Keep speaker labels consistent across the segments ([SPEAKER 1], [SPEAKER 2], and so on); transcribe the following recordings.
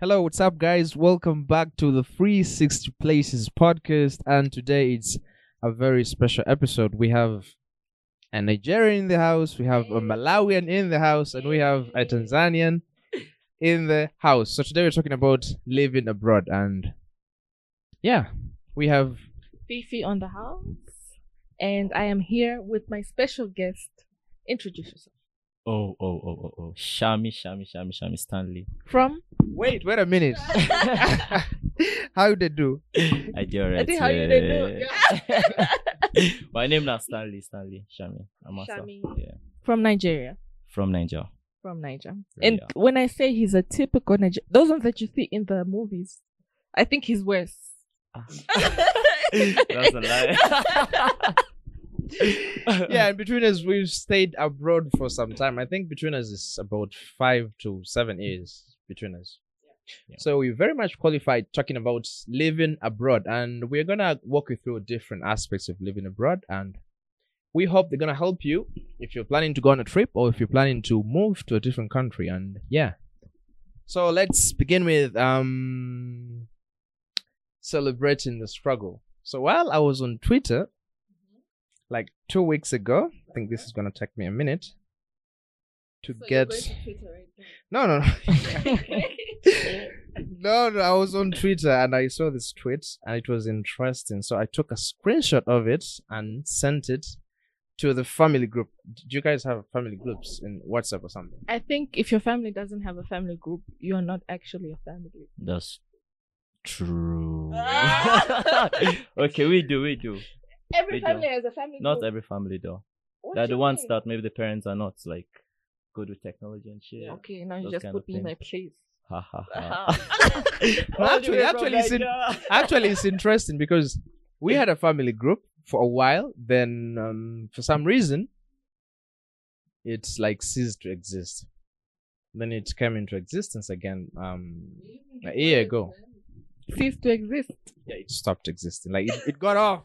[SPEAKER 1] Hello, what's up, guys? Welcome back to the 360 Places podcast. And today it's a very special episode. We have a Nigerian in the house, we have a Malawian in the house, and we have a Tanzanian in the house. So today we're talking about living abroad. And yeah, we have
[SPEAKER 2] Fifi on the house, and I am here with my special guest. Introduce yourself.
[SPEAKER 3] Oh, oh, oh, oh, oh. Shami, Shami, Shami, Shami Stanley.
[SPEAKER 2] From
[SPEAKER 1] Wait, wait a minute. How did they do?
[SPEAKER 3] I do
[SPEAKER 2] I
[SPEAKER 3] alright.
[SPEAKER 2] think how you did know, yeah.
[SPEAKER 3] My name now Stanley, Stanley, Shami. Amasa.
[SPEAKER 2] Shami.
[SPEAKER 3] Yeah.
[SPEAKER 2] from Nigeria.
[SPEAKER 3] From Niger.
[SPEAKER 2] From Niger.
[SPEAKER 3] Yeah.
[SPEAKER 2] And when I say he's a typical Niger, those ones that you see in the movies, I think he's worse.
[SPEAKER 3] Ah. That's a lie.
[SPEAKER 1] yeah, and between us, we've stayed abroad for some time. I think between us is about five to seven years between us.
[SPEAKER 3] Yeah.
[SPEAKER 1] So we're very much qualified talking about living abroad, and we're gonna walk you through different aspects of living abroad, and we hope they're gonna help you if you're planning to go on a trip or if you're planning to move to a different country. And yeah, so let's begin with um celebrating the struggle. So while I was on Twitter, like two weeks ago. I think this is gonna take me a minute to get. No, no, no. no, no. I was on Twitter and I saw this tweet and it was interesting. So I took a screenshot of it and sent it to the family group. Do you guys have family groups in WhatsApp or something?
[SPEAKER 2] I think if your family doesn't have a family group, you're not actually a family.
[SPEAKER 3] That's true.
[SPEAKER 2] Ah.
[SPEAKER 3] okay, we do, we do.
[SPEAKER 2] Every
[SPEAKER 3] We do.
[SPEAKER 2] family has a family
[SPEAKER 3] Not
[SPEAKER 2] group.
[SPEAKER 3] every family though.
[SPEAKER 2] What
[SPEAKER 3] They're
[SPEAKER 2] do
[SPEAKER 3] the
[SPEAKER 2] you
[SPEAKER 3] ones
[SPEAKER 2] mean?
[SPEAKER 3] that maybe the parents are not like good with technology and shit.
[SPEAKER 2] Okay, now you
[SPEAKER 3] Those
[SPEAKER 2] just
[SPEAKER 3] kind
[SPEAKER 2] put
[SPEAKER 3] of
[SPEAKER 2] me in my place.
[SPEAKER 3] Ha ha ha. All the
[SPEAKER 1] Actually,
[SPEAKER 3] way from
[SPEAKER 1] actually, it's in,
[SPEAKER 3] Niger.
[SPEAKER 1] actually it's interesting because we had a family group for a while then um, for some reason it's like ceased to exist then it came into existence again um a year ago
[SPEAKER 2] Cease to exist.
[SPEAKER 1] yeah it stopped existing like it, it got off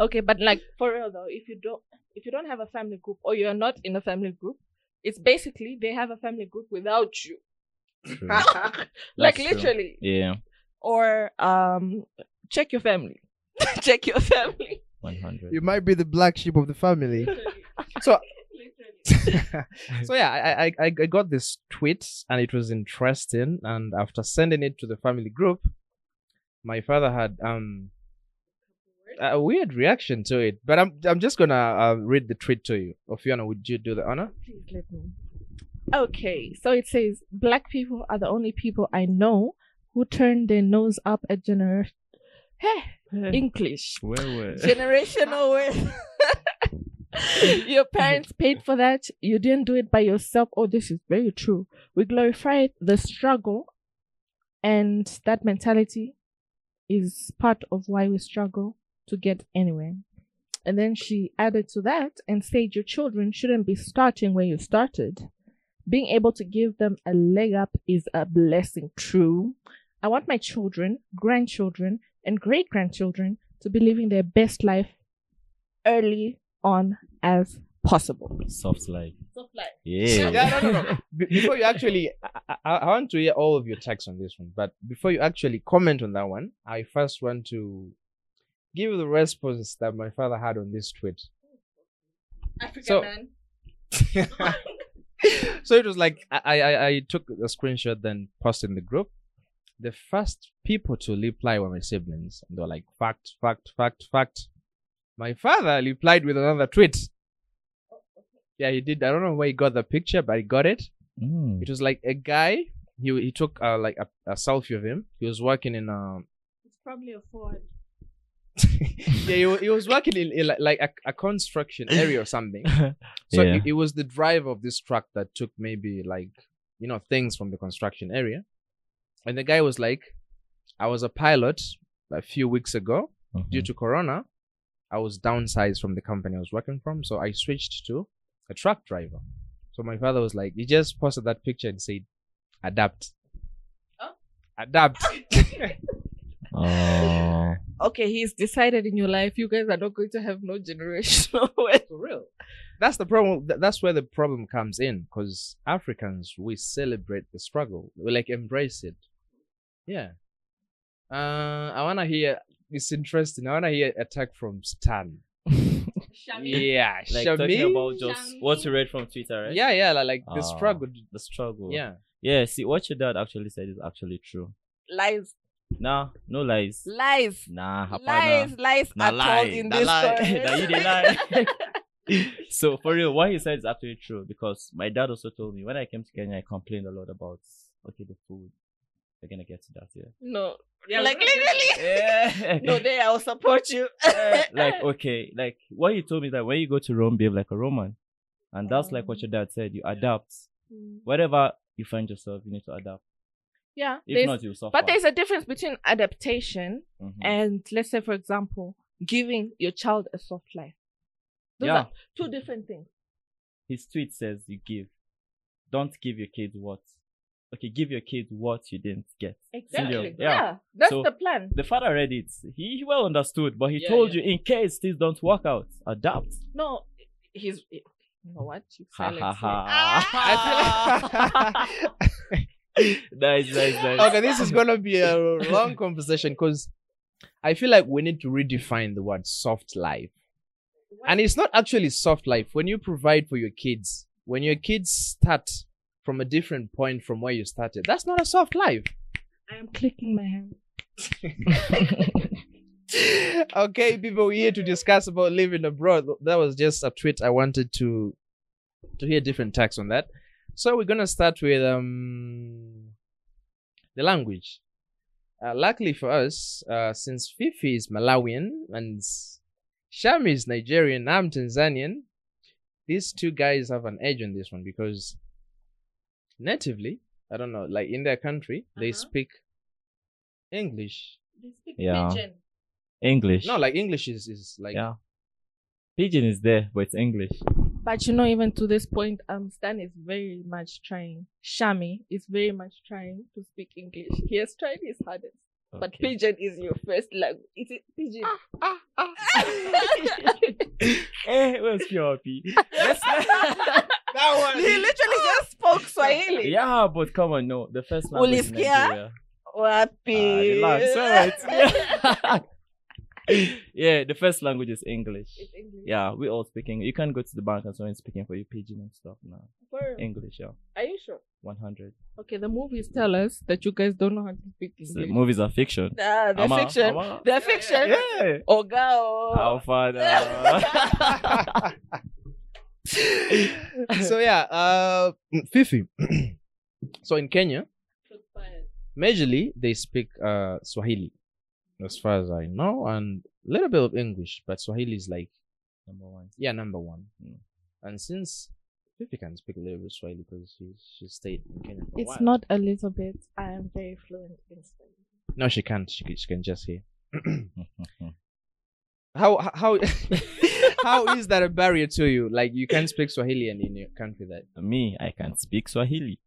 [SPEAKER 2] Okay, but like for real though, if you don't if you don't have a family group or you're not in a family group, it's basically they have a family group without you.
[SPEAKER 3] True.
[SPEAKER 2] like
[SPEAKER 3] That's true.
[SPEAKER 2] literally.
[SPEAKER 3] Yeah,
[SPEAKER 2] Or um check your family. check your family.
[SPEAKER 3] 100.
[SPEAKER 1] you might be the black sheep of the family So-
[SPEAKER 2] literally.
[SPEAKER 1] so yeah I, I i I got this tweet and it was interesting and after sending it to the family group my father had um a weird reaction to it but i'm i'm just gonna uh, read the tweet to you ofiona would you do the honor
[SPEAKER 2] Please let me. Okay, so it says black people are the only people I know who turn their nose up at gener Heh, English.
[SPEAKER 3] Where were?
[SPEAKER 2] generational way. your parents paid for that. You didn't do it by yourself. Oh, this is very true. We glorify the struggle, and that mentality is part of why we struggle to get anywhere. And then she added to that and said, Your children shouldn't be starting where you started. Being able to give them a leg up is a blessing, true. I want my children, grandchildren, and great grandchildren to be living their best life early on as possible.
[SPEAKER 3] Soft like.
[SPEAKER 2] Soft life.
[SPEAKER 3] Yeah.
[SPEAKER 1] yeah no no no Be- before you actually I, I, I want to hear all of your takes on this one but before you actually comment on that one i first want to give the response that my father had on this tweet
[SPEAKER 2] African
[SPEAKER 1] So-
[SPEAKER 2] man.
[SPEAKER 1] so it was like I, I I took a screenshot then posted in the group. The first people to reply were my siblings, and they were like, "Fact, fact, fact, fact." My father replied with another tweet. Yeah, he did. I don't know where he got the picture, but he got it.
[SPEAKER 3] Mm.
[SPEAKER 1] It was like a guy. He he took uh, like a, a selfie of him. He was working in um
[SPEAKER 2] It's probably a Ford.
[SPEAKER 1] yeah he, wa- he was working in, in like, like a, a construction area or something. So
[SPEAKER 3] Yeah.
[SPEAKER 1] it, it was the driver of this truck that took maybe like, you know, things from the construction area. And the guy was like, I was a pilot a few weeks ago.
[SPEAKER 3] Uh-huh.
[SPEAKER 1] Due to Corona, I was downsized from the company I was working from. So I switched to a truck driver. So my father was like, he just posted that picture and said, adapt.
[SPEAKER 2] Huh?
[SPEAKER 1] Adapt.
[SPEAKER 3] Oh.
[SPEAKER 2] Okay, he's decided in your life you guys are not going to have no generational wealth.
[SPEAKER 1] For real. that's the problem. th- That's where the problem comes in because Africans we celebrate the struggle. We like embrace it. Yeah. Uh, I wanna hear. It's interesting. I wanna hear attack from Stan. Yeah,
[SPEAKER 3] Like
[SPEAKER 1] Shami?
[SPEAKER 3] talking about just
[SPEAKER 2] Shami.
[SPEAKER 3] what you read from Twitter, right?
[SPEAKER 1] Yeah, yeah, like, like the
[SPEAKER 3] Ah,
[SPEAKER 1] struggle.
[SPEAKER 3] The struggle.
[SPEAKER 1] Yeah.
[SPEAKER 3] Yeah. See, what your dad actually said is actually true.
[SPEAKER 4] lies,
[SPEAKER 3] Nah, no lies.
[SPEAKER 4] lies,
[SPEAKER 3] Nah, hapana.
[SPEAKER 4] lies, lies
[SPEAKER 3] Nah,
[SPEAKER 4] at all
[SPEAKER 3] lie.
[SPEAKER 4] in
[SPEAKER 3] Nah,
[SPEAKER 4] this
[SPEAKER 3] lie.
[SPEAKER 4] story.
[SPEAKER 3] Nah, you did lie. so for real, what he said is actually true because my dad also told me when I came to Kenya, I complained a lot about okay the food. We're gonna get to that here.
[SPEAKER 4] No, like
[SPEAKER 2] we're gonna get
[SPEAKER 4] literally.
[SPEAKER 3] Yeah.
[SPEAKER 4] No, there I will support you.
[SPEAKER 3] Uh, like okay, like what you told me that when you go to Rome, behave like a Roman, and that's like
[SPEAKER 1] Mm.
[SPEAKER 3] what your dad said. You adapt.
[SPEAKER 2] Mm.
[SPEAKER 3] Whatever you find yourself, you need to adapt.
[SPEAKER 2] Yeah.
[SPEAKER 3] If
[SPEAKER 2] there's-
[SPEAKER 3] not, you suffer.
[SPEAKER 2] but there's a difference between adaptation
[SPEAKER 3] Mhm.
[SPEAKER 2] and, let's say, for example, giving your child a soft life. Those
[SPEAKER 3] yeah,
[SPEAKER 2] are two different things.
[SPEAKER 3] his tweet says you give. Don't give your kids what. Okay, give your kids what you didn't get.
[SPEAKER 2] Exactly.
[SPEAKER 3] Yeah.
[SPEAKER 2] Yeah. That's
[SPEAKER 3] So-
[SPEAKER 2] the plan.
[SPEAKER 3] The father read it. He he well understood, but he
[SPEAKER 1] Yeah,
[SPEAKER 3] told
[SPEAKER 1] yeah.
[SPEAKER 3] you in case things don't work out, adapt.
[SPEAKER 2] No, he's. You know what? Ah! You
[SPEAKER 3] Ha ha
[SPEAKER 2] silenced me.
[SPEAKER 3] ha.
[SPEAKER 1] I feel like-
[SPEAKER 3] Nice, nice, nice.
[SPEAKER 1] okay, this is gonna be a long conversation because I feel like we need to redefine the word soft life. And it's not actually soft life when you provide for your kids, when your kids start from a different point from where you started, that's not a soft life.
[SPEAKER 2] I am clicking my hand.
[SPEAKER 1] okay, people, we're here to discuss about living abroad. That was just a tweet I wanted to to hear different tax on that. So we're gonna start with um the language. Uh, luckily for us, uh, since Fifi is Malawian and Shami is Nigerian, I'm Tanzanian. These two guys have an edge on this one because natively, I don't know, like in their country, they
[SPEAKER 2] Uh-huh.
[SPEAKER 1] speak English
[SPEAKER 2] They speak
[SPEAKER 3] Yeah.
[SPEAKER 2] pigeon.
[SPEAKER 3] English.
[SPEAKER 1] no, like English is, is like
[SPEAKER 3] yeah. Pigeon is there, but it's English.
[SPEAKER 2] But you know, even to this point, um, Stan is very much trying. Shami is very much trying to speak English. He has tried his hardest.
[SPEAKER 4] But
[SPEAKER 3] Okay.
[SPEAKER 4] pigeon is your first language. Is it pigeon?
[SPEAKER 3] Eh, where's PRP?
[SPEAKER 1] that
[SPEAKER 4] he literally just spoke Swahili.
[SPEAKER 3] yeah, but come on, no. The first language in
[SPEAKER 4] Ulisikia?
[SPEAKER 3] Nigeria. Ah,
[SPEAKER 4] Wapi.
[SPEAKER 3] relax, alright. yeah, the first language is English.
[SPEAKER 2] It's English.
[SPEAKER 3] Yeah, we all speaking. You can't go to the bank and someone speaking for you pigeon and stuff. No,
[SPEAKER 2] For real.
[SPEAKER 3] English, yeah,
[SPEAKER 2] Are you sure?
[SPEAKER 3] one hundred.
[SPEAKER 2] Okay, the movies tell us that you guys don't know how to speak
[SPEAKER 3] So
[SPEAKER 2] English.
[SPEAKER 3] movies are fiction.
[SPEAKER 2] Ah,
[SPEAKER 4] Nah, the
[SPEAKER 3] Ama-
[SPEAKER 4] fiction.
[SPEAKER 3] ama-
[SPEAKER 4] The fiction.
[SPEAKER 3] Yeah.
[SPEAKER 4] Oh, girl.
[SPEAKER 3] Our father.
[SPEAKER 1] so yeah, uh, Fifi. so in Kenya, majorly they speak uh Swahili, as far as I know, and a little bit of English, but Swahili is like
[SPEAKER 3] Number one.
[SPEAKER 1] yeah number one.
[SPEAKER 3] Mm.
[SPEAKER 1] And since Fifi can speak a little bit Swahili because she she stayed in Kenya for a while.
[SPEAKER 2] It's not a little bit. I am very fluent in Spanish.
[SPEAKER 1] No, she can't. She, can- she can just hear. How h- how how is that a barrier to you? Like you can't speak Swahili and in your country that
[SPEAKER 3] Me, I can speak Swahili.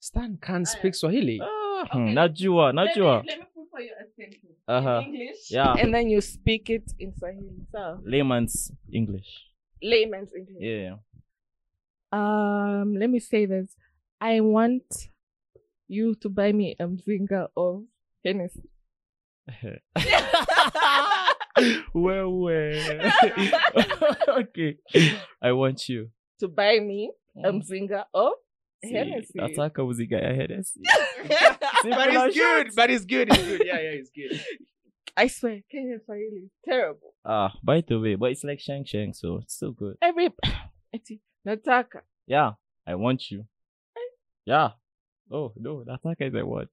[SPEAKER 1] Stan can't speak Swahili.
[SPEAKER 3] Ah, hmm, Najua, Najua.
[SPEAKER 2] me put for you a sentence
[SPEAKER 3] Uh huh.
[SPEAKER 2] English.
[SPEAKER 3] Yeah.
[SPEAKER 2] And then you speak it in Swahili. So
[SPEAKER 3] Layman's English.
[SPEAKER 2] layman's English.
[SPEAKER 3] Yeah.
[SPEAKER 2] Um, let me say this. I want you to buy me a mzinga of Hennessy.
[SPEAKER 3] well, well. okay. I want you.
[SPEAKER 2] To buy me a mzinga of
[SPEAKER 3] Mm-hmm. See,
[SPEAKER 2] Um, Hennessy.
[SPEAKER 3] Ataka uzigaya Hennessy.
[SPEAKER 1] But it's good. But it's good. It's good. Yeah, yeah, it's good.
[SPEAKER 2] I swear, Kenyan Swahili is terrible.
[SPEAKER 3] Ah, by the way, but it's like Shang Shang, so it's still good.
[SPEAKER 2] Every Eti, Nataka.
[SPEAKER 3] Yeah, I want you. Yeah. Oh no, Ataka is I want.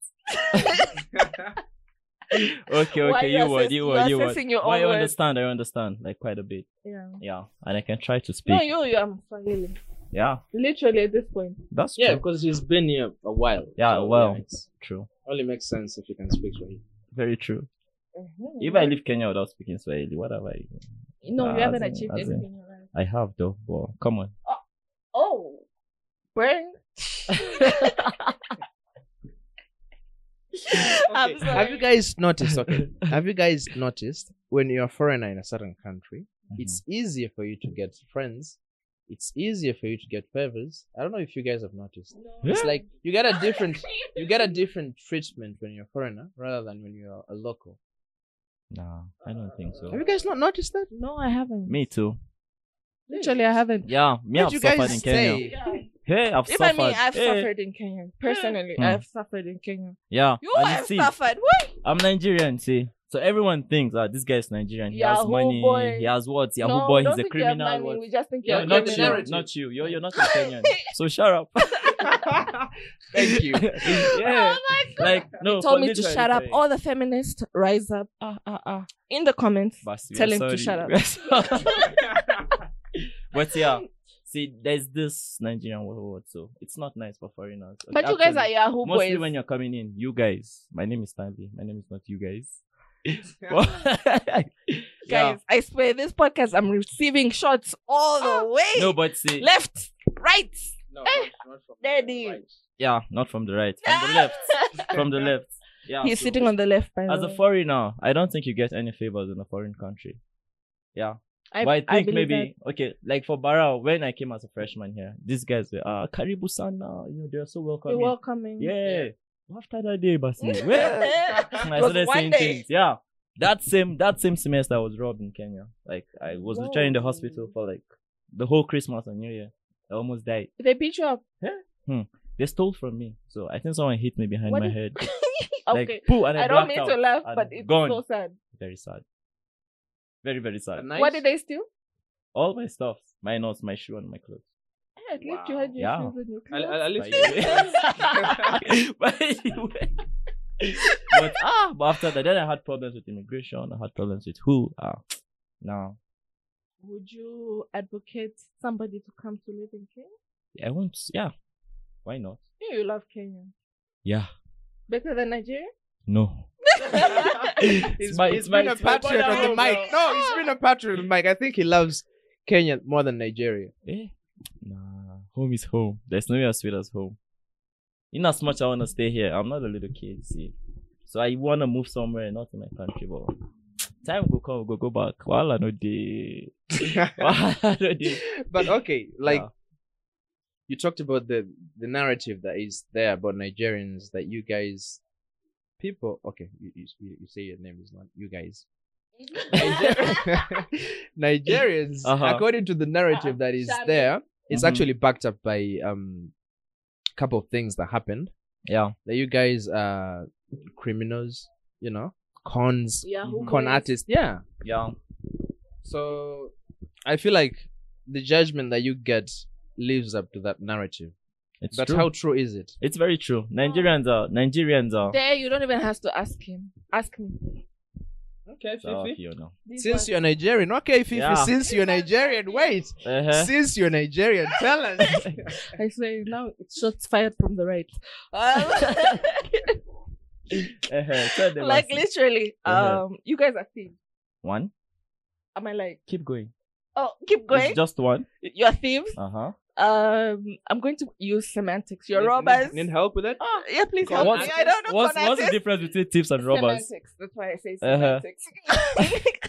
[SPEAKER 3] Okay,
[SPEAKER 2] Why
[SPEAKER 3] okay,
[SPEAKER 2] you
[SPEAKER 3] you want,
[SPEAKER 2] assess-
[SPEAKER 3] you
[SPEAKER 2] you
[SPEAKER 3] want, you want.
[SPEAKER 2] assessing your
[SPEAKER 3] But I
[SPEAKER 2] own words?
[SPEAKER 3] understand, I understand, like quite a bit.
[SPEAKER 2] Yeah.
[SPEAKER 3] Yeah, and I can try to speak.
[SPEAKER 2] No, you, you are Swahili.
[SPEAKER 3] yeah,
[SPEAKER 2] Literally at this point.
[SPEAKER 3] that's
[SPEAKER 1] yeah,
[SPEAKER 3] true.
[SPEAKER 1] because he's been here a while.
[SPEAKER 3] Yeah, a while.
[SPEAKER 1] it's
[SPEAKER 3] True,
[SPEAKER 1] only makes sense if you can speak Swahili.
[SPEAKER 3] very true.
[SPEAKER 2] Mhm.
[SPEAKER 3] If I leave Kenya without speaking Swahili, what have I?
[SPEAKER 2] no,
[SPEAKER 3] Ah,
[SPEAKER 2] you haven't
[SPEAKER 3] as in-
[SPEAKER 2] achieved
[SPEAKER 3] as in-
[SPEAKER 2] anything in your life.
[SPEAKER 3] I have though. Well, come on.
[SPEAKER 2] Oh, burn. I'm
[SPEAKER 1] Okay, Have you
[SPEAKER 2] sorry.
[SPEAKER 1] guys noticed? Okay, have you guys noticed when you're a foreigner in a certain country,
[SPEAKER 3] Mhm.
[SPEAKER 1] it's easier for you to get friends it's easier for you to get favors. I don't know if you guys have noticed.
[SPEAKER 3] Yeah.
[SPEAKER 1] It's like you get a different you get a different treatment when you're a foreigner rather than when you're a local.
[SPEAKER 3] Nah, I don't think so.
[SPEAKER 1] Have you guys not noticed that?
[SPEAKER 2] No, I haven't.
[SPEAKER 3] Me too.
[SPEAKER 2] Literally, I haven't.
[SPEAKER 3] Yeah, me,
[SPEAKER 1] Where'd
[SPEAKER 3] I've
[SPEAKER 1] you
[SPEAKER 3] suffered
[SPEAKER 1] guys
[SPEAKER 3] in Kenya.
[SPEAKER 1] stay?
[SPEAKER 3] Hey, I've
[SPEAKER 2] Even
[SPEAKER 3] suffered.
[SPEAKER 2] me, I've
[SPEAKER 3] Hey.
[SPEAKER 2] suffered in Kenya. Personally,
[SPEAKER 3] Hmm.
[SPEAKER 2] I've suffered in Kenya.
[SPEAKER 3] Yeah,
[SPEAKER 4] You
[SPEAKER 3] and
[SPEAKER 4] have
[SPEAKER 3] see,
[SPEAKER 4] suffered. What?
[SPEAKER 3] I'm Nigerian. See, so everyone thinks that this guy is Nigerian. He has
[SPEAKER 2] Yahoo
[SPEAKER 3] money.
[SPEAKER 2] boy.
[SPEAKER 3] He has what? Yahoo
[SPEAKER 2] no,
[SPEAKER 3] boy.
[SPEAKER 2] don't
[SPEAKER 3] He's a
[SPEAKER 2] think you have
[SPEAKER 3] criminal.
[SPEAKER 2] money,
[SPEAKER 3] What?
[SPEAKER 2] We just think
[SPEAKER 1] Yeah,
[SPEAKER 2] you're
[SPEAKER 1] not
[SPEAKER 3] not
[SPEAKER 1] the
[SPEAKER 3] you,
[SPEAKER 2] criminal.
[SPEAKER 1] narrative.
[SPEAKER 3] not you. You're, you're not a Kenyan. so shut up.
[SPEAKER 1] Thank you.
[SPEAKER 2] Oh
[SPEAKER 3] yeah. Like no.
[SPEAKER 2] He told
[SPEAKER 3] for
[SPEAKER 2] me to
[SPEAKER 3] literally
[SPEAKER 2] shut up. Oh,
[SPEAKER 3] saying-
[SPEAKER 2] All the feminists rise up. Ah ah ah. In the comments.
[SPEAKER 3] But we are
[SPEAKER 2] Tell him to shut up.
[SPEAKER 3] sorry. but yeah, see, there's this Nigerian word, so it's not nice for foreigners.
[SPEAKER 2] But you guys are
[SPEAKER 3] Actually,
[SPEAKER 2] Yahoo
[SPEAKER 3] mostly
[SPEAKER 2] boys.
[SPEAKER 3] when you're coming in, you guys. My name is Stanley. My name is not you guys. Yeah. Ah.
[SPEAKER 2] Guys, I swear this podcast I'm receiving shots all the way.
[SPEAKER 4] Wait.
[SPEAKER 3] No, but see,
[SPEAKER 2] Left.
[SPEAKER 4] Right.
[SPEAKER 1] No,
[SPEAKER 4] Daddy. right.
[SPEAKER 3] yeah, not from the right, from the left, from the left. Yeah,
[SPEAKER 2] He's
[SPEAKER 3] so
[SPEAKER 2] sitting on the left by
[SPEAKER 3] As
[SPEAKER 2] the
[SPEAKER 3] a
[SPEAKER 2] way.
[SPEAKER 3] foreigner, I don't think you get any favors in a foreign country.
[SPEAKER 2] I,
[SPEAKER 3] but I
[SPEAKER 2] I
[SPEAKER 3] think
[SPEAKER 2] believe
[SPEAKER 3] maybe okay, like for Barra, when I came as a freshman here, these guys were uh Karibu sana, you know, they're so
[SPEAKER 2] that. You're
[SPEAKER 3] welcoming.
[SPEAKER 2] welcoming.
[SPEAKER 3] Yeah. After that day, Basni. Well,
[SPEAKER 4] It
[SPEAKER 3] I
[SPEAKER 4] was
[SPEAKER 3] started
[SPEAKER 4] one
[SPEAKER 3] saying
[SPEAKER 4] day.
[SPEAKER 3] things. Yeah. That same that same semester I was robbed in Kenya. Like I was literally in the
[SPEAKER 2] Whoa.
[SPEAKER 3] hospital for like the whole Christmas and New Year. I almost died.
[SPEAKER 2] They beat you up.
[SPEAKER 3] They stole from me. So I think someone hit me behind
[SPEAKER 2] What
[SPEAKER 3] my
[SPEAKER 2] is-
[SPEAKER 3] head.
[SPEAKER 2] Okay.
[SPEAKER 3] Like poo and I,
[SPEAKER 2] I don't
[SPEAKER 3] blacked
[SPEAKER 2] mean
[SPEAKER 3] out.
[SPEAKER 2] to laugh,
[SPEAKER 3] and
[SPEAKER 2] but it's
[SPEAKER 3] gone.
[SPEAKER 2] so sad.
[SPEAKER 3] Very sad. Very, very sad.
[SPEAKER 2] What did they steal?
[SPEAKER 3] All my stuff, minus my shoe and my clothes.
[SPEAKER 2] Eh, At least you had your
[SPEAKER 3] Yeah.
[SPEAKER 2] shoes and your
[SPEAKER 1] I'll,
[SPEAKER 2] clothes.
[SPEAKER 1] I'll, I'll
[SPEAKER 3] By
[SPEAKER 1] leave
[SPEAKER 3] the way. By the way. but ah, but after that, then I had problems with immigration. I had problems with who. Ah, now
[SPEAKER 2] Would you advocate somebody to come to live in Kenya?
[SPEAKER 3] I won't. Yeah, why not?
[SPEAKER 2] Yeah, you love Kenya.
[SPEAKER 3] Yeah,
[SPEAKER 2] Better than Nigeria?
[SPEAKER 3] no.
[SPEAKER 1] he's,
[SPEAKER 3] It's my-
[SPEAKER 1] he's
[SPEAKER 3] it's my-
[SPEAKER 1] been a
[SPEAKER 3] it's my
[SPEAKER 1] patriot
[SPEAKER 3] point
[SPEAKER 1] on the
[SPEAKER 3] of
[SPEAKER 1] mic.
[SPEAKER 3] view.
[SPEAKER 1] No, he's been a patriot on the mic. I think he loves Kenya more than Nigeria.
[SPEAKER 3] Eh, nah. Home is home. There's nowhere as sweet as home. In as much I wanna stay here, I'm not a little kid. See, so I wanna move somewhere, not in my country, but. Time go come, go go back. While I know the,
[SPEAKER 1] but okay, like you talked about the the narrative that is there about Nigerians that you guys people okay you, you, you say your name is not you guys Niger- Nigerians
[SPEAKER 3] Uh-huh.
[SPEAKER 1] according to the narrative
[SPEAKER 2] Uh-uh.
[SPEAKER 1] that is
[SPEAKER 2] Shame.
[SPEAKER 1] there it's
[SPEAKER 3] Mhm.
[SPEAKER 1] actually backed up by um a couple of things that happened
[SPEAKER 3] yeah,
[SPEAKER 1] that you guys are criminals you know cons
[SPEAKER 2] Yahoo
[SPEAKER 1] Mhm. con
[SPEAKER 2] boys.
[SPEAKER 1] artists yeah
[SPEAKER 3] yeah.
[SPEAKER 1] so I feel like the judgment that you get lives up to that narrative.
[SPEAKER 3] It's
[SPEAKER 1] but
[SPEAKER 3] true.
[SPEAKER 1] how true is it?
[SPEAKER 3] it's very true. Nigerians are Nigerians are.
[SPEAKER 2] There, you don't even have to ask him. Ask me.
[SPEAKER 1] Okay,
[SPEAKER 3] Oh, Fiona.
[SPEAKER 2] This
[SPEAKER 1] Since
[SPEAKER 2] one.
[SPEAKER 1] you're Nigerian, okay, Fifi.
[SPEAKER 3] Yeah.
[SPEAKER 1] Since you're Nigerian, wait.
[SPEAKER 3] Uh-huh.
[SPEAKER 1] Since you're Nigerian, tell us.
[SPEAKER 2] I swear, now it's shots fired from the right. Um,
[SPEAKER 3] Uh-huh. Tell them
[SPEAKER 4] like
[SPEAKER 3] I see.
[SPEAKER 4] literally.
[SPEAKER 3] Uh-huh.
[SPEAKER 2] Um, you guys are thieves.
[SPEAKER 3] one.
[SPEAKER 2] Am I like,
[SPEAKER 3] Keep going.
[SPEAKER 4] Oh, keep going.
[SPEAKER 3] It's just one.
[SPEAKER 4] You're thieves.
[SPEAKER 3] Uh huh.
[SPEAKER 2] um, I'm going to use semantics.
[SPEAKER 4] You're
[SPEAKER 1] Need-
[SPEAKER 4] robbers.
[SPEAKER 1] Need, need help with it?
[SPEAKER 4] Oh, yeah, please
[SPEAKER 1] Con
[SPEAKER 4] help me.
[SPEAKER 3] artists.
[SPEAKER 4] I don't know.
[SPEAKER 3] What's
[SPEAKER 4] con
[SPEAKER 3] what's the
[SPEAKER 4] artists.
[SPEAKER 3] difference between thieves and robbers?
[SPEAKER 2] Semantics. That's why I say
[SPEAKER 3] Uh-huh.
[SPEAKER 2] semantics.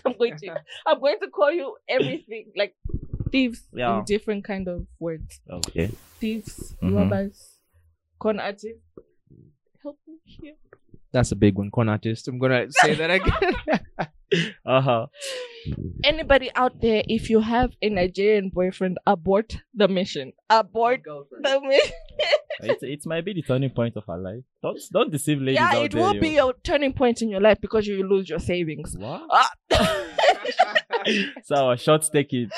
[SPEAKER 2] I'm going to, I'm going to call you everything like thieves
[SPEAKER 3] Yeah.
[SPEAKER 2] in different kind of words.
[SPEAKER 3] Okay.
[SPEAKER 2] thieves,
[SPEAKER 3] Mhm.
[SPEAKER 2] robbers, con artists. Help me here.
[SPEAKER 1] That's a big one, con artist. I'm gonna say that again.
[SPEAKER 3] Uh huh.
[SPEAKER 2] Anybody out there, if you have a Nigerian boyfriend, abort the mission.
[SPEAKER 4] Abort the mission.
[SPEAKER 3] It's it might be the turning point of our life. Don't don't deceive ladies
[SPEAKER 2] yeah,
[SPEAKER 3] out
[SPEAKER 2] it
[SPEAKER 3] there.
[SPEAKER 2] will
[SPEAKER 3] yo.
[SPEAKER 2] be your turning point in your life because you will lose your savings.
[SPEAKER 3] What?
[SPEAKER 4] Ah.
[SPEAKER 3] so our shots take it.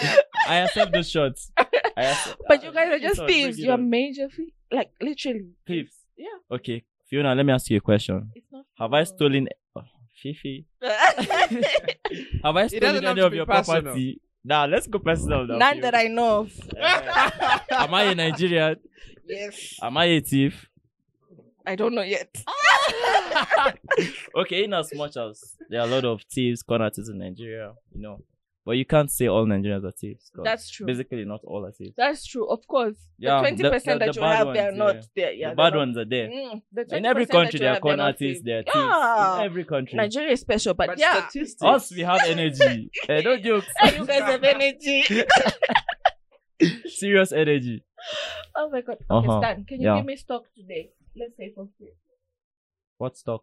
[SPEAKER 3] I accept those shots. I accept,
[SPEAKER 2] But you guys are
[SPEAKER 3] Bring
[SPEAKER 2] just
[SPEAKER 3] it on, bring
[SPEAKER 2] thieves.
[SPEAKER 3] it
[SPEAKER 2] You're
[SPEAKER 3] on.
[SPEAKER 2] major thieves. Like, literally.
[SPEAKER 3] thieves.
[SPEAKER 2] Yeah.
[SPEAKER 3] Okay, Fiona. Let me ask you a question.
[SPEAKER 2] It's not
[SPEAKER 3] Have I stolen? Oh, Fifi. Have I
[SPEAKER 1] doesn't have
[SPEAKER 3] stolen any
[SPEAKER 1] to
[SPEAKER 3] of
[SPEAKER 1] be
[SPEAKER 3] your
[SPEAKER 1] personal.
[SPEAKER 3] property? Nah, let's go personal now.
[SPEAKER 4] None that I know of.
[SPEAKER 3] Am I a Nigerian?
[SPEAKER 4] Yes.
[SPEAKER 3] Am I a thief?
[SPEAKER 4] I don't know yet.
[SPEAKER 2] Ah,
[SPEAKER 3] Okay, in as much as there are a lot of thieves, con artists in Nigeria, you know. But you can't say all Nigerians are thieves. 'cause
[SPEAKER 2] That's true.
[SPEAKER 3] Basically, not all are thieves.
[SPEAKER 2] That's true. Of course.
[SPEAKER 3] Yeah,
[SPEAKER 2] the
[SPEAKER 3] the-
[SPEAKER 2] 20% that
[SPEAKER 3] the- the
[SPEAKER 2] you
[SPEAKER 3] bad
[SPEAKER 2] have, they are
[SPEAKER 3] ones,
[SPEAKER 2] not.
[SPEAKER 3] yeah.
[SPEAKER 2] They're, yeah,
[SPEAKER 3] the bad
[SPEAKER 2] they're
[SPEAKER 3] ones are
[SPEAKER 2] not-
[SPEAKER 3] there.
[SPEAKER 2] Mm, the
[SPEAKER 3] in every
[SPEAKER 2] 20% that
[SPEAKER 3] country,
[SPEAKER 2] you
[SPEAKER 3] there are
[SPEAKER 2] have,
[SPEAKER 3] con
[SPEAKER 2] they're not
[SPEAKER 3] artists,
[SPEAKER 2] thieves.
[SPEAKER 3] there are thieves.
[SPEAKER 4] Yeah.
[SPEAKER 3] In every country.
[SPEAKER 2] Nigeria is special, but,
[SPEAKER 1] But
[SPEAKER 2] yeah.
[SPEAKER 1] statistics.
[SPEAKER 3] Us, we have energy. Eh, no jokes.
[SPEAKER 2] you guys have energy.
[SPEAKER 3] Serious energy.
[SPEAKER 2] Oh my god. Okay,
[SPEAKER 3] Uh-huh.
[SPEAKER 2] Stan, can you
[SPEAKER 3] Yeah.
[SPEAKER 2] give me stock today? Let's say for free.
[SPEAKER 3] What stock?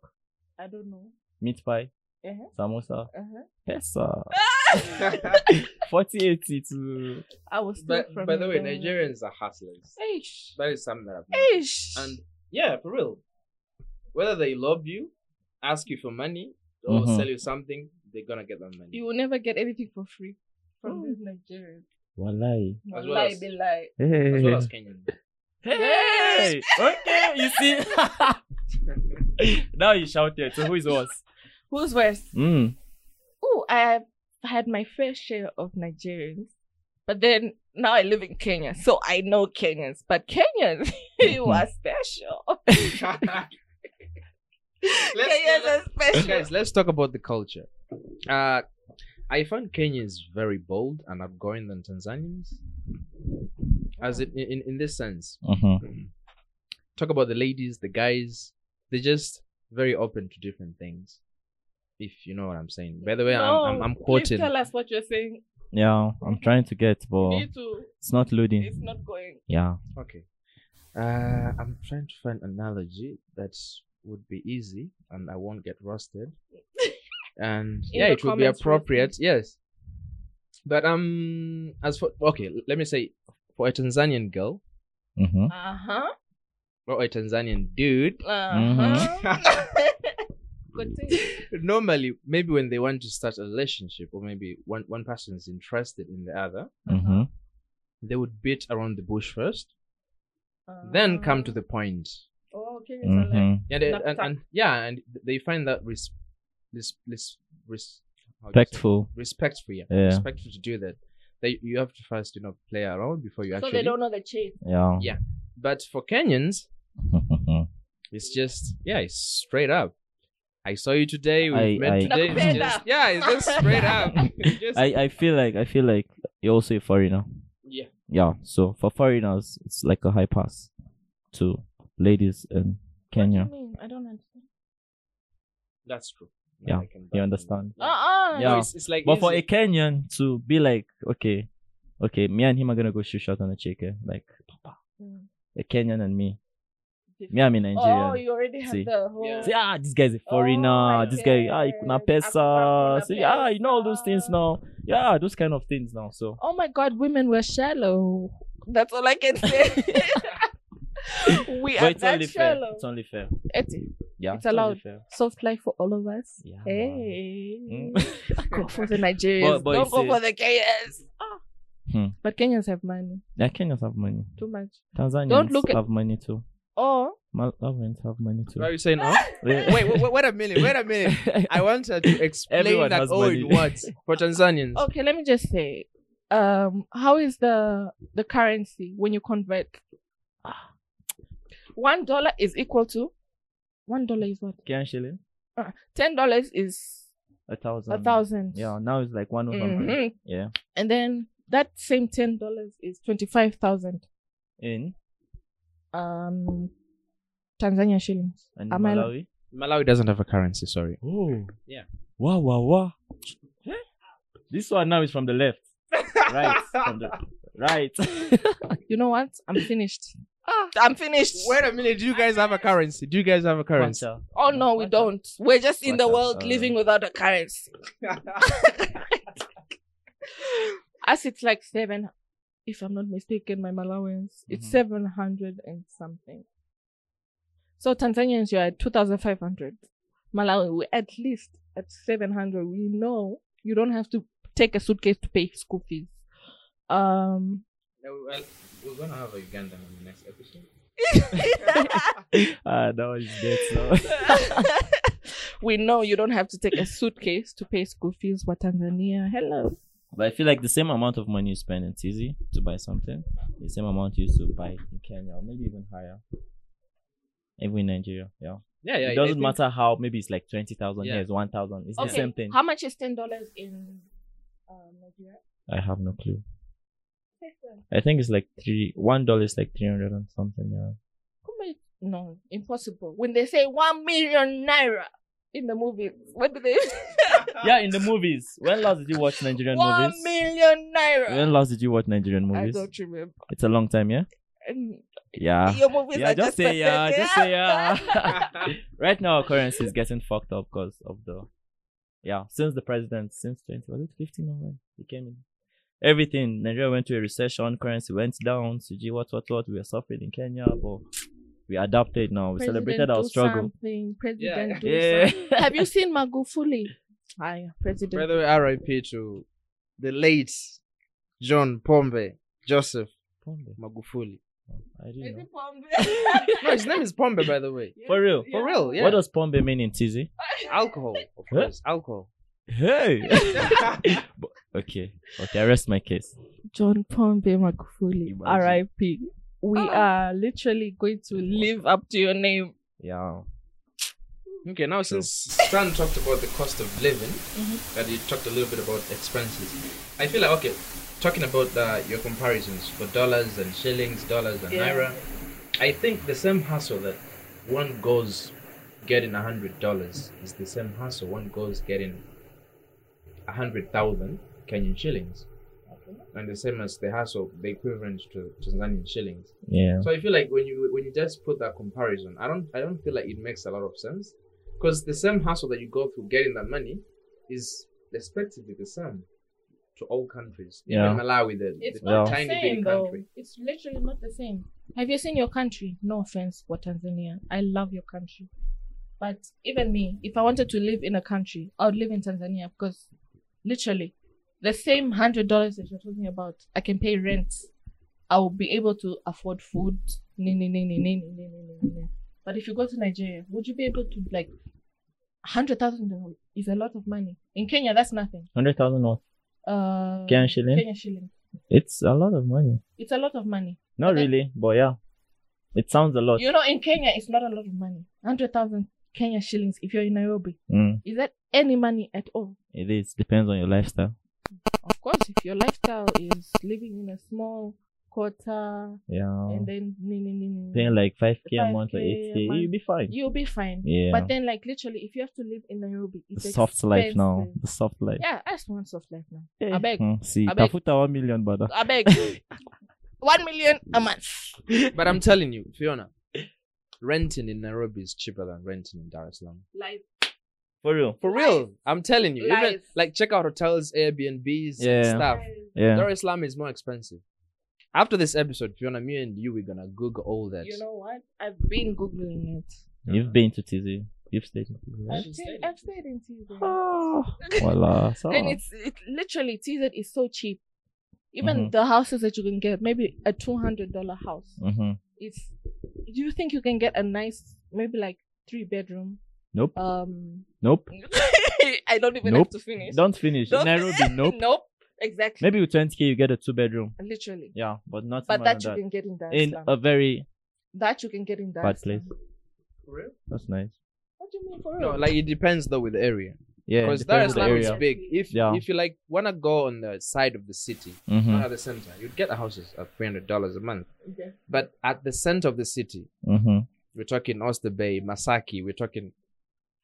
[SPEAKER 2] I don't know.
[SPEAKER 3] Meat pie,
[SPEAKER 2] Uh-huh.
[SPEAKER 3] samosa,
[SPEAKER 2] Uh-huh.
[SPEAKER 3] pesa. 4080 to
[SPEAKER 2] I was still
[SPEAKER 1] but
[SPEAKER 2] from
[SPEAKER 1] by the way,
[SPEAKER 2] Nigeria.
[SPEAKER 1] Nigerians are hustlers.
[SPEAKER 2] Eish.
[SPEAKER 1] That is something that I've noticed.
[SPEAKER 2] Eish.
[SPEAKER 1] And yeah, for real. Whether they love you, ask you for money, or
[SPEAKER 3] Mhm.
[SPEAKER 1] sell you something, they're gonna get that money.
[SPEAKER 2] you will never get anything for free from these Nigerians.
[SPEAKER 3] Wallahi.
[SPEAKER 1] well
[SPEAKER 2] Lie
[SPEAKER 1] as-
[SPEAKER 2] be lie.
[SPEAKER 3] Hey.
[SPEAKER 1] As well as Kenyan.
[SPEAKER 3] Hey! okay, you see. now you shouted. So who is worse?
[SPEAKER 2] Who's worse?
[SPEAKER 3] Mm.
[SPEAKER 2] Oh, I have had my fair share of Nigerians, but then now I live in Kenya, so I know Kenyans. But Kenyans, you
[SPEAKER 1] Mm-hmm.
[SPEAKER 2] are special. Kenyans are special.
[SPEAKER 1] guys, let's talk about the culture. Uh, I found Kenyans very bold and outgoing than Tanzanians. As in, in, in this sense,
[SPEAKER 3] Uh-huh.
[SPEAKER 1] talk about the ladies, the guys. They're just very open to different things. If you know what I'm saying. By the way, I'm, I'm,
[SPEAKER 2] No,
[SPEAKER 1] I'm
[SPEAKER 2] please
[SPEAKER 1] quoting. Oh.
[SPEAKER 2] Tell us what you're saying.
[SPEAKER 3] Yeah, I'm trying to get, but
[SPEAKER 2] Me too.
[SPEAKER 3] it's not loading.
[SPEAKER 2] It's not going.
[SPEAKER 3] Yeah.
[SPEAKER 1] Okay. Uh, I'm trying to find analogy that would be easy and I won't get roasted. and
[SPEAKER 2] In
[SPEAKER 1] yeah,
[SPEAKER 2] the
[SPEAKER 1] it would be
[SPEAKER 2] comments,
[SPEAKER 1] appropriate. Yes. But um, as for okay, l- let me say for a Tanzanian girl
[SPEAKER 3] Mm-hmm.
[SPEAKER 2] Uh huh.
[SPEAKER 1] or a Tanzanian dude, Mm-hmm.
[SPEAKER 2] Uh huh. Continue.
[SPEAKER 1] normally maybe when they want to start a relationship or maybe one one person is interested in the other,
[SPEAKER 3] Mm-hmm.
[SPEAKER 1] they would beat around the bush first, then come to the point.
[SPEAKER 2] Oh, Kenyans are like.
[SPEAKER 3] Mm-hmm.
[SPEAKER 1] Yeah, they,
[SPEAKER 2] Knock
[SPEAKER 1] and,
[SPEAKER 2] knock.
[SPEAKER 1] and yeah, and they find that res, res, res, res, how do you say?
[SPEAKER 3] Respectful.
[SPEAKER 1] respectful, yeah,
[SPEAKER 3] Yeah.
[SPEAKER 1] respectful to do that. They you have to first you know play around before you
[SPEAKER 2] So
[SPEAKER 1] actually.
[SPEAKER 2] they don't know the cheat.
[SPEAKER 3] Yeah.
[SPEAKER 1] Yeah. But for Kenyans, it's just yeah, it's straight up. I saw you today. We
[SPEAKER 3] I-
[SPEAKER 1] met
[SPEAKER 3] I-
[SPEAKER 1] today. It's
[SPEAKER 2] Nakupenda.
[SPEAKER 1] just, yeah, it's just straight up. You just,
[SPEAKER 3] I, I feel like I feel like you're also a foreigner.
[SPEAKER 1] yeah,
[SPEAKER 3] Yeah. So for foreigners, it's like a high pass to ladies in Kenya.
[SPEAKER 2] What do you mean? I don't understand.
[SPEAKER 1] that's true.
[SPEAKER 3] Yeah,
[SPEAKER 1] I can back
[SPEAKER 3] You understand?
[SPEAKER 2] Uh uh
[SPEAKER 1] No,
[SPEAKER 3] Yeah.
[SPEAKER 1] it's, it's like.
[SPEAKER 3] But for a
[SPEAKER 1] easy.
[SPEAKER 3] Kenyan to be like, okay, okay, me and him are gonna go shoot shot on a chick, eh? like a Kenyan and me. Me, I'm in
[SPEAKER 2] Oh,
[SPEAKER 3] Nigeria.
[SPEAKER 2] you already have
[SPEAKER 3] See.
[SPEAKER 2] the whole.
[SPEAKER 1] Yeah.
[SPEAKER 3] Say, ah, this guy's a foreigner.
[SPEAKER 2] Oh my
[SPEAKER 3] this guy, ah,
[SPEAKER 2] God.
[SPEAKER 3] na
[SPEAKER 2] Akuna
[SPEAKER 3] pesa. See, ah, you know all those
[SPEAKER 2] pesa.
[SPEAKER 3] things now. Yeah, those kind of things now. So
[SPEAKER 2] Oh my God, women were shallow.
[SPEAKER 4] That's all I can say.
[SPEAKER 2] We
[SPEAKER 3] but
[SPEAKER 2] are
[SPEAKER 3] it's only
[SPEAKER 2] that
[SPEAKER 3] fair.
[SPEAKER 2] shallow.
[SPEAKER 3] It's only fair.
[SPEAKER 2] Eti,
[SPEAKER 3] Yeah.
[SPEAKER 2] It's
[SPEAKER 3] only
[SPEAKER 2] allowed.
[SPEAKER 3] fair.
[SPEAKER 2] Soft life for all of us.
[SPEAKER 3] Yeah.
[SPEAKER 2] Hey,
[SPEAKER 3] Mm.
[SPEAKER 2] go for the Nigerians.
[SPEAKER 3] But- Hmm.
[SPEAKER 4] Don't
[SPEAKER 3] but you
[SPEAKER 4] go
[SPEAKER 3] see-
[SPEAKER 4] for the KS.
[SPEAKER 2] Ah. But Kenyans have money.
[SPEAKER 3] Yeah, Kenyans have money.
[SPEAKER 2] Too much.
[SPEAKER 3] Tanzanians
[SPEAKER 2] Don't look at-
[SPEAKER 3] have money too.
[SPEAKER 2] Or
[SPEAKER 3] Malawians have money too.
[SPEAKER 1] What are you saying now?
[SPEAKER 3] Yeah.
[SPEAKER 1] wait, wait, wait a minute. Wait a minute. I wanted to explain
[SPEAKER 3] Everyone
[SPEAKER 1] that
[SPEAKER 3] has
[SPEAKER 1] all in
[SPEAKER 3] money.
[SPEAKER 1] words for Tanzanians.
[SPEAKER 2] okay, let me just say, um, how is the the currency when you convert? Ah. One dollar is equal to one dollar is what?
[SPEAKER 3] Kenyan shilling,
[SPEAKER 2] Ten dollars is
[SPEAKER 3] a thousand.
[SPEAKER 2] a thousand.
[SPEAKER 3] Um, Yeah, now it's like one or something.
[SPEAKER 2] Mhm.
[SPEAKER 3] Yeah.
[SPEAKER 2] And then that same ten dollars is twenty five thousand
[SPEAKER 3] In
[SPEAKER 2] um Tanzania shillings.
[SPEAKER 3] and
[SPEAKER 2] Am I-
[SPEAKER 3] Malawi.
[SPEAKER 1] Malawi doesn't have a currency. Sorry.
[SPEAKER 3] Oh.
[SPEAKER 1] Yeah.
[SPEAKER 3] Wow, wow, wow. This one now is from the left. right. From the right.
[SPEAKER 2] You know what? I'm finished.
[SPEAKER 4] Ah, I'm finished.
[SPEAKER 1] Wait a minute. Do you guys have a currency? Do you guys have a currency?
[SPEAKER 3] Kwacha.
[SPEAKER 2] Oh no, we
[SPEAKER 3] Kwacha.
[SPEAKER 2] don't.
[SPEAKER 4] We're just in the
[SPEAKER 3] What's up?
[SPEAKER 4] world
[SPEAKER 3] Uh,
[SPEAKER 4] living without a currency.
[SPEAKER 2] As it's like seven, if I'm not mistaken, my Malawians, it's
[SPEAKER 3] Mhm.
[SPEAKER 2] seven hundred and something. So Tanzanians, you are at two thousand five hundred. Malawi, we're at least at seven hundred. We know you don't have to take a suitcase to pay school fees. Um,
[SPEAKER 1] Well, we're gonna have a Uganda on the next episode.
[SPEAKER 3] Ah, that one is dead now.
[SPEAKER 2] we know you don't have to take a suitcase to pay school fees. What Tanzania? Hello.
[SPEAKER 3] But I feel like the same amount of money you spend in TZ to buy something, the same amount you used to buy in Kenya, or maybe even higher. Even in Nigeria, yeah.
[SPEAKER 1] Yeah, yeah.
[SPEAKER 3] it
[SPEAKER 1] I
[SPEAKER 3] doesn't
[SPEAKER 1] think-
[SPEAKER 3] matter how. Maybe it's like twenty thousand.
[SPEAKER 1] Yeah.
[SPEAKER 3] Yeah, it's one thousand. It's the
[SPEAKER 2] Okay.
[SPEAKER 3] same thing.
[SPEAKER 2] How much is ten dollars in um, Nigeria?
[SPEAKER 3] I have no clue. I think it's like three. One dollar is like three hundred and something. Yeah.
[SPEAKER 2] Kumbe- No, impossible. When they say one million naira,
[SPEAKER 4] in the movies. What do they?
[SPEAKER 3] Yeah, in the movies. When last did you watch Nigerian
[SPEAKER 4] One
[SPEAKER 3] movies?
[SPEAKER 4] million naira.
[SPEAKER 3] When last did you watch Nigerian
[SPEAKER 4] I
[SPEAKER 3] movies?
[SPEAKER 4] don't remember.
[SPEAKER 3] It's a long time, yeah?
[SPEAKER 4] And
[SPEAKER 3] Yeah.
[SPEAKER 4] Your movies
[SPEAKER 3] Ah. Yeah,
[SPEAKER 4] are
[SPEAKER 3] just say yeah,
[SPEAKER 4] pathetic.
[SPEAKER 3] just say yeah. right now, our currency is getting fucked up because of the, yeah, since the president, since 20, was it 15 or when he came in? Everything, Nigeria went to a recession, currency went down, CG, what, what, what, we are suffering in Kenya, but we adapted now, we celebrated
[SPEAKER 2] President
[SPEAKER 3] our
[SPEAKER 2] do
[SPEAKER 3] struggle.
[SPEAKER 2] Something. President do
[SPEAKER 3] Yeah.
[SPEAKER 2] something. Have you seen Magufuli? Hi, President.
[SPEAKER 1] By the way, RIP to the late John Pombe Joseph
[SPEAKER 3] Pombe.
[SPEAKER 1] Magufuli.
[SPEAKER 3] I
[SPEAKER 4] Is
[SPEAKER 3] didn't know.
[SPEAKER 4] it Pombe?
[SPEAKER 1] No, his name is Pombe, by the way.
[SPEAKER 3] For real.
[SPEAKER 1] For real, yeah.
[SPEAKER 3] What does Pombe mean in TZ?
[SPEAKER 1] alcohol, of course, alcohol.
[SPEAKER 3] Hey! But- okay, okay, I rest my case.
[SPEAKER 2] John Pombe Magufuli,
[SPEAKER 3] Imagine.
[SPEAKER 2] R.I.P. We
[SPEAKER 4] Oh.
[SPEAKER 2] are literally going to live up to your name.
[SPEAKER 3] Yeah.
[SPEAKER 1] Okay, now since Stan talked about the cost of living, and he talked a little bit about expenses, I feel like okay, talking about uh, your comparisons for dollars and shillings, dollars and
[SPEAKER 4] Yeah.
[SPEAKER 1] naira, I think the same hassle that one goes getting a hundred dollars is the same hassle one goes getting a hundred thousand Kenyan shillings, and the same as the hassle, the equivalent to Tanzanian shillings.
[SPEAKER 3] Yeah.
[SPEAKER 1] So I feel like when you when you just put that comparison, I don't I don't feel like it makes a lot of sense because the same hassle that you go through getting that money is respectively the same to all countries.
[SPEAKER 3] Yeah.
[SPEAKER 1] Even Malawi, the,
[SPEAKER 2] It's
[SPEAKER 1] the
[SPEAKER 3] Yeah.
[SPEAKER 2] not
[SPEAKER 1] tiny
[SPEAKER 2] the same,
[SPEAKER 1] big
[SPEAKER 2] though.
[SPEAKER 1] country.
[SPEAKER 2] It's literally not the same. Have you seen your country? No offense for Tanzania. I love your country. But even me, if I wanted to live in a country, I would live in Tanzania because literally the same hundred dollars that you're talking about, I can pay rent. I will be able to afford food. Nee, nee, nee, nee, nee, nee, nee, nee, nee, nee. But if you go to Nigeria, would you be able to like hundred thousand dollars is a lot of money. In Kenya that's nothing.
[SPEAKER 3] 100,000 or
[SPEAKER 2] Uh
[SPEAKER 3] Kenyan shilling?
[SPEAKER 2] Kenya shilling.
[SPEAKER 3] It's a lot of money.
[SPEAKER 2] It's a lot of money.
[SPEAKER 3] Not
[SPEAKER 2] Okay.
[SPEAKER 3] really, but yeah. It sounds a lot.
[SPEAKER 2] You know, in Kenya, it's not a lot of money. 100,000 Kenya shillings if you're in Nairobi.
[SPEAKER 3] Mm,
[SPEAKER 2] Is that any money at all?
[SPEAKER 3] it is. Depends on your lifestyle.
[SPEAKER 2] Of course, if your lifestyle is living in a small quarter
[SPEAKER 3] Yeah.
[SPEAKER 2] and then nee, nee, nee, nee,
[SPEAKER 3] Paying like 5k a month or
[SPEAKER 2] 5K a
[SPEAKER 3] 8k, you'll
[SPEAKER 2] month.
[SPEAKER 3] be fine.
[SPEAKER 2] you'll be fine.
[SPEAKER 3] Yeah.
[SPEAKER 2] But then, like, literally, if you have to live in Nairobi,
[SPEAKER 3] The
[SPEAKER 2] it's
[SPEAKER 3] soft life now.
[SPEAKER 2] expensive.
[SPEAKER 3] The soft life.
[SPEAKER 2] Yeah, I just want soft life now.
[SPEAKER 3] Hey.
[SPEAKER 2] I beg.
[SPEAKER 3] Mm, see,
[SPEAKER 2] I beg.
[SPEAKER 3] tafuta 1 million, brother.
[SPEAKER 2] I beg.
[SPEAKER 4] One million a month.
[SPEAKER 1] But I'm telling you, Fiona, renting in Nairobi is cheaper than renting in Dar es Salaam.
[SPEAKER 2] Like,
[SPEAKER 3] For real.
[SPEAKER 1] For real, I'm telling you. Even
[SPEAKER 4] Lies.
[SPEAKER 1] like check out hotels, Airbnbs, and
[SPEAKER 3] Yeah.
[SPEAKER 1] stuff.
[SPEAKER 3] Yeah.
[SPEAKER 1] Dar es Salaam is more expensive. After this episode, Fiona, me and you, we're gonna Google all that.
[SPEAKER 2] you know what? I've been Googling it.
[SPEAKER 3] You've been to TZ. You've stayed in TZ.
[SPEAKER 2] I've,
[SPEAKER 3] Right?
[SPEAKER 1] should
[SPEAKER 2] stayed,
[SPEAKER 1] stay.
[SPEAKER 2] I've stayed in TZ.
[SPEAKER 3] Oh, voila. So,
[SPEAKER 2] and it's it literally TZ is so cheap. Even
[SPEAKER 3] Mhm.
[SPEAKER 2] the houses that you can get, maybe a two hundred dollar house.
[SPEAKER 3] hmm
[SPEAKER 2] It's do you think you can get a nice maybe like three bedroom?
[SPEAKER 3] Nope.
[SPEAKER 2] Um
[SPEAKER 3] Nope.
[SPEAKER 4] I don't even
[SPEAKER 3] Nope.
[SPEAKER 4] have to finish.
[SPEAKER 3] Don't finish.
[SPEAKER 4] Don't-
[SPEAKER 3] Nairobi, nope.
[SPEAKER 4] Nope. Exactly.
[SPEAKER 3] Maybe with 20k, you get a two bedroom.
[SPEAKER 2] literally.
[SPEAKER 3] Yeah, but not
[SPEAKER 2] But
[SPEAKER 3] more
[SPEAKER 2] that you
[SPEAKER 3] than
[SPEAKER 2] can get in Dar
[SPEAKER 3] that.
[SPEAKER 2] es
[SPEAKER 3] In
[SPEAKER 2] Salaam.
[SPEAKER 3] a very.
[SPEAKER 2] That you can get in Dar
[SPEAKER 3] bad
[SPEAKER 2] es Salaam.
[SPEAKER 1] For real?
[SPEAKER 3] That's nice.
[SPEAKER 2] What do you mean for real?
[SPEAKER 1] No, like it depends though with the area.
[SPEAKER 3] Yeah.
[SPEAKER 1] because Dar
[SPEAKER 3] depends
[SPEAKER 1] es
[SPEAKER 3] on the
[SPEAKER 1] Salaam is
[SPEAKER 3] area.
[SPEAKER 1] big. If
[SPEAKER 3] Yeah.
[SPEAKER 1] if you like wanna go on the side of the city,
[SPEAKER 3] Mm-hmm.
[SPEAKER 1] not at the center, you'd get the houses at three hundred dollars a month.
[SPEAKER 2] Okay.
[SPEAKER 1] But at the center of the city,
[SPEAKER 3] Mm-hmm.
[SPEAKER 1] we're talking Oyster Bay, Masaki. We're talking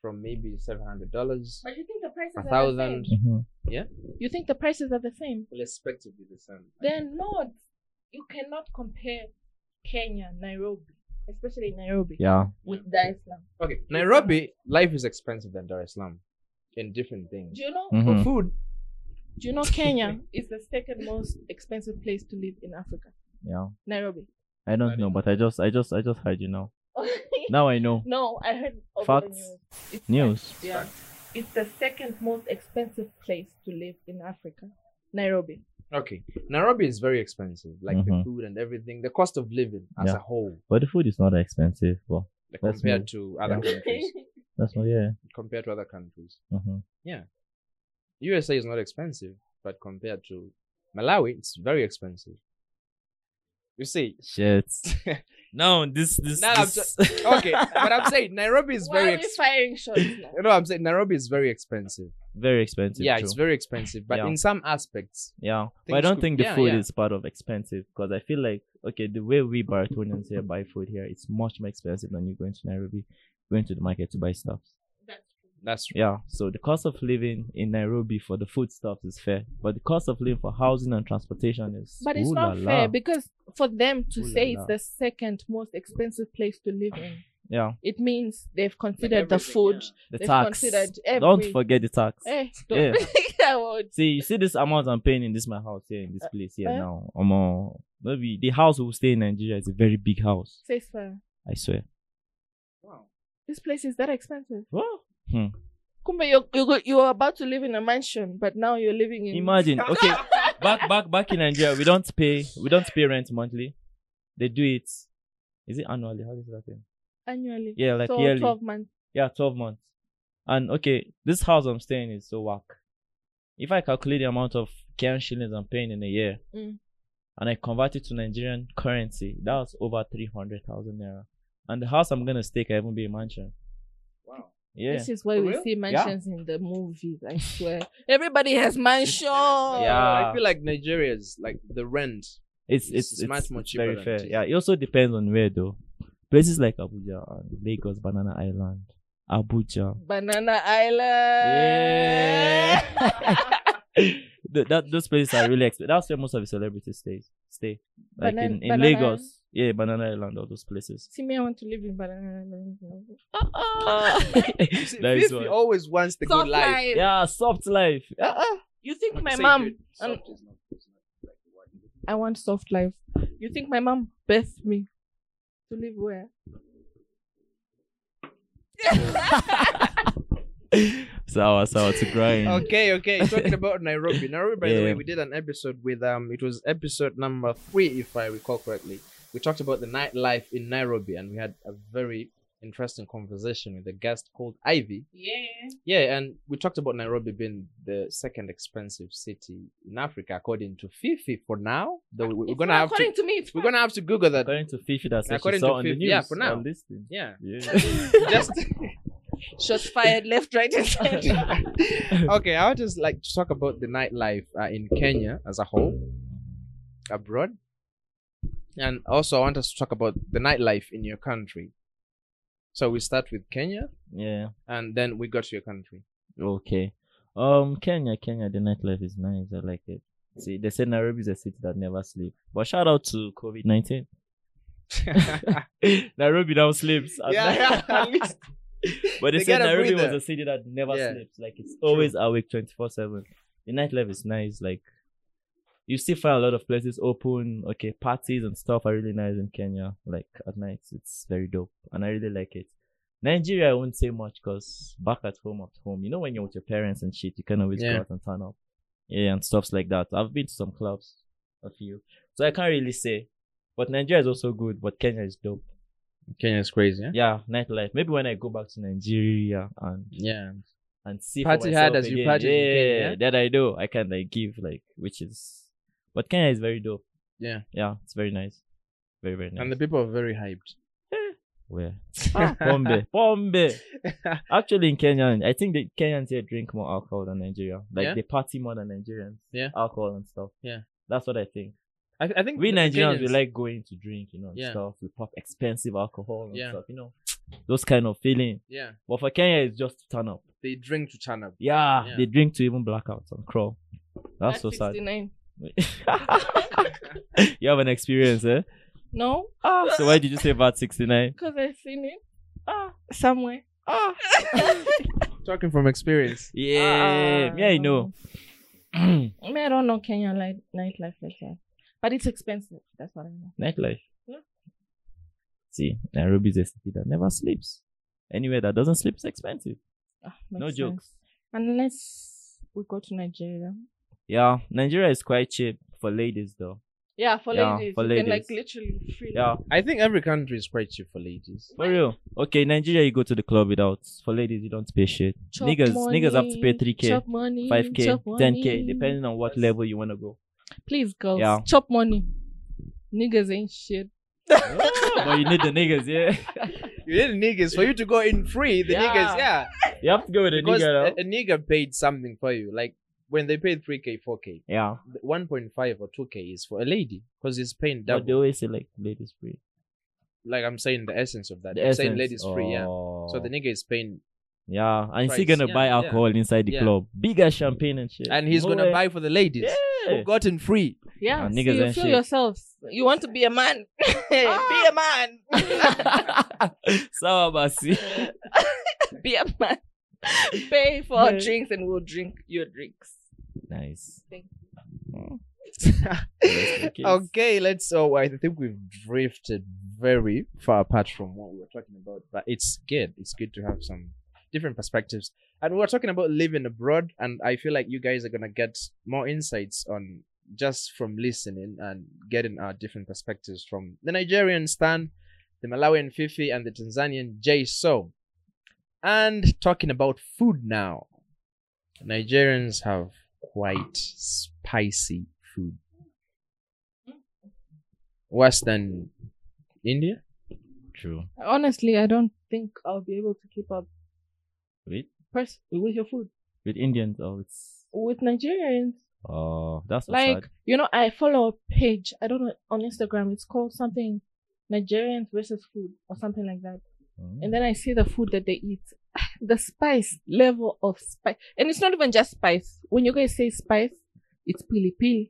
[SPEAKER 1] from maybe seven hundred dollars,
[SPEAKER 2] But you think the prices
[SPEAKER 1] a
[SPEAKER 2] are the
[SPEAKER 1] thousand,
[SPEAKER 2] same?
[SPEAKER 3] Mm-hmm.
[SPEAKER 2] You think the prices are the same?
[SPEAKER 1] respectively the same.
[SPEAKER 2] They're not. You cannot compare Kenya, Nairobi, especially Nairobi,
[SPEAKER 3] Yeah.
[SPEAKER 2] with Dar es Salaam.
[SPEAKER 1] Okay, Nairobi life is expensive than Dar es Salaam in different things.
[SPEAKER 2] Do you know oh,
[SPEAKER 3] Mhm.
[SPEAKER 1] For food,
[SPEAKER 2] Do you know Kenya is the second most expensive place to live in Africa?
[SPEAKER 3] Yeah.
[SPEAKER 2] Nairobi.
[SPEAKER 3] I don't
[SPEAKER 1] That
[SPEAKER 3] know, but I just, I just, I just heard you now. Now I know.
[SPEAKER 2] no, I heard over the
[SPEAKER 3] Facts.
[SPEAKER 2] news. It's
[SPEAKER 3] News.
[SPEAKER 2] Yeah. It's the second most expensive place to live in Africa. Nairobi.
[SPEAKER 1] okay, Nairobi is very expensive, like the
[SPEAKER 3] Mhm.
[SPEAKER 1] food and everything, the cost of living as
[SPEAKER 3] Yeah.
[SPEAKER 1] a whole
[SPEAKER 3] But the food is not that expensive. But That's
[SPEAKER 1] compared to other countries.
[SPEAKER 3] that's not. Yeah.
[SPEAKER 1] Compared to other countries.
[SPEAKER 3] Mm-hmm.
[SPEAKER 1] USA is not expensive, but compared to Malawi, it's very expensive. You see,
[SPEAKER 3] Shit. no, this, this.
[SPEAKER 1] Now I'm
[SPEAKER 3] this-
[SPEAKER 1] okay, but I'm saying Nairobi is
[SPEAKER 2] Why
[SPEAKER 1] very.
[SPEAKER 2] are we
[SPEAKER 1] Ex-
[SPEAKER 2] firing shots now?
[SPEAKER 1] no, I'm saying Nairobi is very expensive.
[SPEAKER 3] very expensive.
[SPEAKER 1] yeah,
[SPEAKER 3] too.
[SPEAKER 1] it's very expensive, but
[SPEAKER 3] Yeah.
[SPEAKER 1] in some aspects,
[SPEAKER 3] Yeah, but
[SPEAKER 1] Things
[SPEAKER 3] I don't
[SPEAKER 1] could-
[SPEAKER 3] think the
[SPEAKER 1] yeah,
[SPEAKER 3] food
[SPEAKER 1] yeah.
[SPEAKER 3] is part of expensive because I feel like okay, the way we Baratonians here buy food here, it's much more expensive than you going to Nairobi, going to the market to buy stuff.
[SPEAKER 1] That's right.
[SPEAKER 3] Yeah. So the cost of living in Nairobi for the foodstuffs is fair, but the cost of living for housing and transportation is.
[SPEAKER 2] But it's
[SPEAKER 3] Ooh
[SPEAKER 2] not
[SPEAKER 3] la
[SPEAKER 2] fair
[SPEAKER 3] la.
[SPEAKER 2] because for them to
[SPEAKER 3] Ooh la
[SPEAKER 2] say
[SPEAKER 3] la.
[SPEAKER 2] it's the second most expensive place to live in,
[SPEAKER 3] Yeah.
[SPEAKER 2] it means they've considered the
[SPEAKER 4] everything,
[SPEAKER 2] food.
[SPEAKER 3] The
[SPEAKER 2] They've
[SPEAKER 3] tax.
[SPEAKER 2] considered every.
[SPEAKER 3] Don't forget the tax.
[SPEAKER 2] Eh,
[SPEAKER 3] Yeah.
[SPEAKER 2] don't. I would-
[SPEAKER 3] See, you see this amount I'm paying in this my house here in this place here
[SPEAKER 2] eh?
[SPEAKER 3] now. I'm uh, maybe the house we will stay in Nigeria is a very big house.
[SPEAKER 2] Say it's fair.
[SPEAKER 3] I swear.
[SPEAKER 2] This place is that expensive.
[SPEAKER 3] Wow.
[SPEAKER 2] Kumbe, you're, you're, go- you're about to live in a mansion, but now you're living in.
[SPEAKER 3] Imagine. Okay. back back back in Nigeria, we don't pay we don't pay rent monthly. They do it. Is it annually? How is that thing?
[SPEAKER 2] annually.
[SPEAKER 3] Yeah, like
[SPEAKER 2] so
[SPEAKER 3] yearly.
[SPEAKER 2] 12 months.
[SPEAKER 3] Yeah, twelve months. And okay, this house I'm staying in is so whack. If I calculate the amount of Kenyan shillings I'm paying in a year,
[SPEAKER 2] Mm.
[SPEAKER 3] and I convert it to Nigerian currency, that was over three hundred thousand naira. And the house I'm gonna stay can even be a mansion.
[SPEAKER 1] Wow.
[SPEAKER 3] Yeah.
[SPEAKER 2] This is why
[SPEAKER 1] For
[SPEAKER 2] we
[SPEAKER 1] real?
[SPEAKER 2] see mansions in the movies, I swear. Everybody has mansion.
[SPEAKER 1] Yeah.
[SPEAKER 3] Yeah.
[SPEAKER 1] I feel like Nigeria's like the rent.
[SPEAKER 3] it's
[SPEAKER 1] It's-
[SPEAKER 3] it's,
[SPEAKER 1] it's much more cheaper
[SPEAKER 3] very
[SPEAKER 1] than
[SPEAKER 3] fair.
[SPEAKER 1] it is.
[SPEAKER 3] Yeah, it also depends on where though. Places like Abuja and Lagos, Banana Island, Abuja.
[SPEAKER 2] Banana Island.
[SPEAKER 3] Yeah. Th- that those places are really expensive. That's where most of the celebrities stay. Stay like
[SPEAKER 2] Banan-
[SPEAKER 3] in, in
[SPEAKER 2] Banana
[SPEAKER 3] Lagos, yeah, Banana Island, all those places.
[SPEAKER 2] See me, I want to live in Banana Island.
[SPEAKER 1] Uh-uh. See,
[SPEAKER 3] That is
[SPEAKER 1] Fifi
[SPEAKER 3] why.
[SPEAKER 1] always wants the good life.
[SPEAKER 3] Yeah, soft life. Yeah.
[SPEAKER 2] You think my
[SPEAKER 1] Say
[SPEAKER 2] mom?
[SPEAKER 1] good,
[SPEAKER 2] um,
[SPEAKER 1] soft is not- is not like the word.
[SPEAKER 2] I want soft life. You think my mom birthed me to live where?
[SPEAKER 3] sour, sour to grind.
[SPEAKER 1] okay, okay. Talking about Nairobi. Nairobi, by the way,
[SPEAKER 3] Mm. Yeah.
[SPEAKER 1] we did an episode with um, it was episode number three, if I recall correctly. We talked about the nightlife in Nairobi, and we had a very interesting conversation with a guest called Ivy.
[SPEAKER 4] Yeah.
[SPEAKER 1] Yeah, and we talked about Nairobi being the second expensive city in Africa, according to Fifi. For now, though, we- we're
[SPEAKER 2] It's
[SPEAKER 1] gonna
[SPEAKER 2] not
[SPEAKER 1] have
[SPEAKER 2] according
[SPEAKER 1] to
[SPEAKER 2] to, me. It's
[SPEAKER 1] we're
[SPEAKER 2] fine.
[SPEAKER 1] gonna have to Google that.
[SPEAKER 3] According to Fifi, that's
[SPEAKER 1] According
[SPEAKER 3] saw
[SPEAKER 1] to
[SPEAKER 3] on the
[SPEAKER 1] Fifi,
[SPEAKER 3] news.
[SPEAKER 1] yeah, for now.
[SPEAKER 3] on this thing.
[SPEAKER 1] Yeah,
[SPEAKER 3] Yeah.
[SPEAKER 1] just
[SPEAKER 4] Shots fired left, right, and center.
[SPEAKER 1] okay. I would just like to talk about the nightlife uh, in Kenya as a whole, abroad, and also I want us to talk about the nightlife in your country. So we start with Kenya,
[SPEAKER 3] yeah.
[SPEAKER 1] and then we go to your country.
[SPEAKER 3] Okay. Um, Kenya, Kenya, the nightlife is nice. I like it. See, they say Nairobi is a city that never sleeps. But shout out to COVID nineteen. Nairobi now sleeps.
[SPEAKER 1] yeah, yeah, at least
[SPEAKER 3] but they,
[SPEAKER 1] They
[SPEAKER 3] said
[SPEAKER 1] get a
[SPEAKER 3] Nairobi was
[SPEAKER 1] breather.
[SPEAKER 3] a city that never
[SPEAKER 1] Yeah.
[SPEAKER 3] sleeps. Like it's always awake twenty four seven. The nightlife is nice. Like you still find a lot of places open. Okay, parties and stuff are really nice in Kenya. Like at night, it's very dope, and I really like it. Nigeria, I won't say much because back at home, at home, you know when you're with your parents and shit, you can always
[SPEAKER 1] Yeah.
[SPEAKER 3] go out and turn up, yeah, and stuffs like that. I've been to some clubs, a few, so I can't really say. But Nigeria is also good, but Kenya is dope
[SPEAKER 1] Kenya is crazy. Yeah,
[SPEAKER 3] yeah, nightlife. Maybe when I go back to Nigeria and
[SPEAKER 1] yeah.
[SPEAKER 3] and see
[SPEAKER 1] Party
[SPEAKER 3] for myself
[SPEAKER 1] hard as you
[SPEAKER 3] again.
[SPEAKER 1] party in
[SPEAKER 3] yeah,
[SPEAKER 1] Kenya.
[SPEAKER 3] that I do. I can like give like which is, but Kenya is very dope.
[SPEAKER 1] Yeah.
[SPEAKER 3] yeah, it's very nice, very very nice.
[SPEAKER 1] And the people are very hyped.
[SPEAKER 3] where Pombe, Pombe. Actually, in Kenya, I think the Kenyans here drink more alcohol than Nigeria. Like
[SPEAKER 1] Yeah?
[SPEAKER 3] they party more than Nigerians.
[SPEAKER 1] Yeah.
[SPEAKER 3] alcohol and stuff.
[SPEAKER 1] Yeah.
[SPEAKER 3] That's what I think.
[SPEAKER 1] I, I think
[SPEAKER 3] We
[SPEAKER 1] the
[SPEAKER 3] Nigerians, we
[SPEAKER 1] Kenyans-
[SPEAKER 3] like going to drink, you know, and
[SPEAKER 1] Yeah.
[SPEAKER 3] stuff. We pop expensive alcohol and
[SPEAKER 1] Yeah.
[SPEAKER 3] stuff, you know, those kind of feeling.
[SPEAKER 1] yeah
[SPEAKER 3] But for Kenya, it's just turn up.
[SPEAKER 1] they drink to turn up.
[SPEAKER 3] Yeah,
[SPEAKER 1] Yeah.
[SPEAKER 3] they drink to even blackouts and crawl.
[SPEAKER 2] That's
[SPEAKER 3] That's so sad.
[SPEAKER 2] 69.
[SPEAKER 3] you have an experience, eh?
[SPEAKER 2] No,
[SPEAKER 3] Ah, so why did you say about 69?
[SPEAKER 2] because I've seen it ah, somewhere. Ah.
[SPEAKER 1] Talking from experience.
[SPEAKER 3] Yeah, yeah, you know. Nightlife.
[SPEAKER 2] I mean, I don't know Kenya like nightlife like that, but it's expensive. That's what I know. Yeah.
[SPEAKER 3] See, Nairobi is a city that never sleeps. Anywhere that doesn't sleep is expensive.
[SPEAKER 2] Ah,
[SPEAKER 3] No
[SPEAKER 2] makes
[SPEAKER 3] jokes.
[SPEAKER 2] sense. Unless we go to Nigeria.
[SPEAKER 3] Yeah, Nigeria is quite cheap for ladies, though.
[SPEAKER 2] Yeah, for
[SPEAKER 3] Yeah,
[SPEAKER 2] ladies,
[SPEAKER 3] for
[SPEAKER 2] you can like
[SPEAKER 3] ladies.
[SPEAKER 2] literally free.
[SPEAKER 3] Yeah,
[SPEAKER 1] I think every country is quite cheap for ladies.
[SPEAKER 3] for real. Okay, Nigeria, you go to the club without. For ladies, you don't pay shit.
[SPEAKER 2] Chop
[SPEAKER 3] niggas, niggas have to pay
[SPEAKER 2] money,
[SPEAKER 3] 3k,
[SPEAKER 2] chop money,
[SPEAKER 3] 5k,
[SPEAKER 2] chop
[SPEAKER 3] 10k,
[SPEAKER 2] money.
[SPEAKER 3] depending on what level you want to go.
[SPEAKER 2] Please, girls,
[SPEAKER 3] Yeah.
[SPEAKER 2] chop money. Niggas ain't shit.
[SPEAKER 3] but you need the niggas, yeah.
[SPEAKER 1] You need niggas for you to go in free. The niggas,
[SPEAKER 3] Yeah.
[SPEAKER 1] yeah,
[SPEAKER 3] You have to go with a
[SPEAKER 1] because
[SPEAKER 3] nigga,
[SPEAKER 1] a,
[SPEAKER 3] though.
[SPEAKER 1] a nigga paid something for you. Like when they paid three k, four k,
[SPEAKER 3] yeah.
[SPEAKER 1] one point five or two k is for a lady because it's paying
[SPEAKER 3] But they
[SPEAKER 1] double.
[SPEAKER 3] always say like ladies free.
[SPEAKER 1] Like I'm saying, the essence of that.
[SPEAKER 3] The
[SPEAKER 1] I'm saying
[SPEAKER 3] essence.
[SPEAKER 1] ladies free, yeah. So
[SPEAKER 3] Oh.
[SPEAKER 1] the nigga is paying
[SPEAKER 3] Yeah, and he's still
[SPEAKER 1] Price,
[SPEAKER 3] gonna
[SPEAKER 1] yeah,
[SPEAKER 3] buy
[SPEAKER 1] yeah.
[SPEAKER 3] alcohol inside the
[SPEAKER 1] Yeah.
[SPEAKER 3] club, bigger champagne and shit.
[SPEAKER 1] And he's
[SPEAKER 3] No
[SPEAKER 1] gonna
[SPEAKER 3] way.
[SPEAKER 1] buy Oh, for the ladies.
[SPEAKER 3] Yeah.
[SPEAKER 1] who gotten free.
[SPEAKER 2] Yeah,
[SPEAKER 3] Ah,
[SPEAKER 2] so
[SPEAKER 3] niggas
[SPEAKER 2] you feel
[SPEAKER 3] ain't shit.
[SPEAKER 2] yourselves.
[SPEAKER 4] You want to be a man? Be a man.
[SPEAKER 3] Sour basi.
[SPEAKER 4] be a man. Pay for our
[SPEAKER 2] Yeah.
[SPEAKER 4] drinks and we'll drink your drinks.
[SPEAKER 3] Nice.
[SPEAKER 4] Thank
[SPEAKER 3] Okay.
[SPEAKER 1] okay, let's. Oh, I think we've drifted very far apart from what we were talking about, but it's good. It's good to have some different perspectives. And we were talking about living abroad, and I feel like you guys are gonna get more insights on just from listening and getting our different perspectives from the Nigerian Stan, the Malawian Fifi, and the Tanzanian Jay. So, and talking about food now, Nigerians have quite spicy food Mm. worse than India.
[SPEAKER 3] True.
[SPEAKER 2] Honestly, I don't think I'll be able to keep up
[SPEAKER 3] With
[SPEAKER 2] pers- with your food
[SPEAKER 3] with Indians, oh, it's
[SPEAKER 2] with Nigerians.
[SPEAKER 3] oh, that's so
[SPEAKER 2] like
[SPEAKER 3] sad.
[SPEAKER 2] you know, I follow a page. I don't know on Instagram. It's called something Nigerians versus food or something like that.
[SPEAKER 3] Mm.
[SPEAKER 2] And then I see the food that they eat. The spice level of spice, and it's not even just spice. When you guys say spice, it's pili pili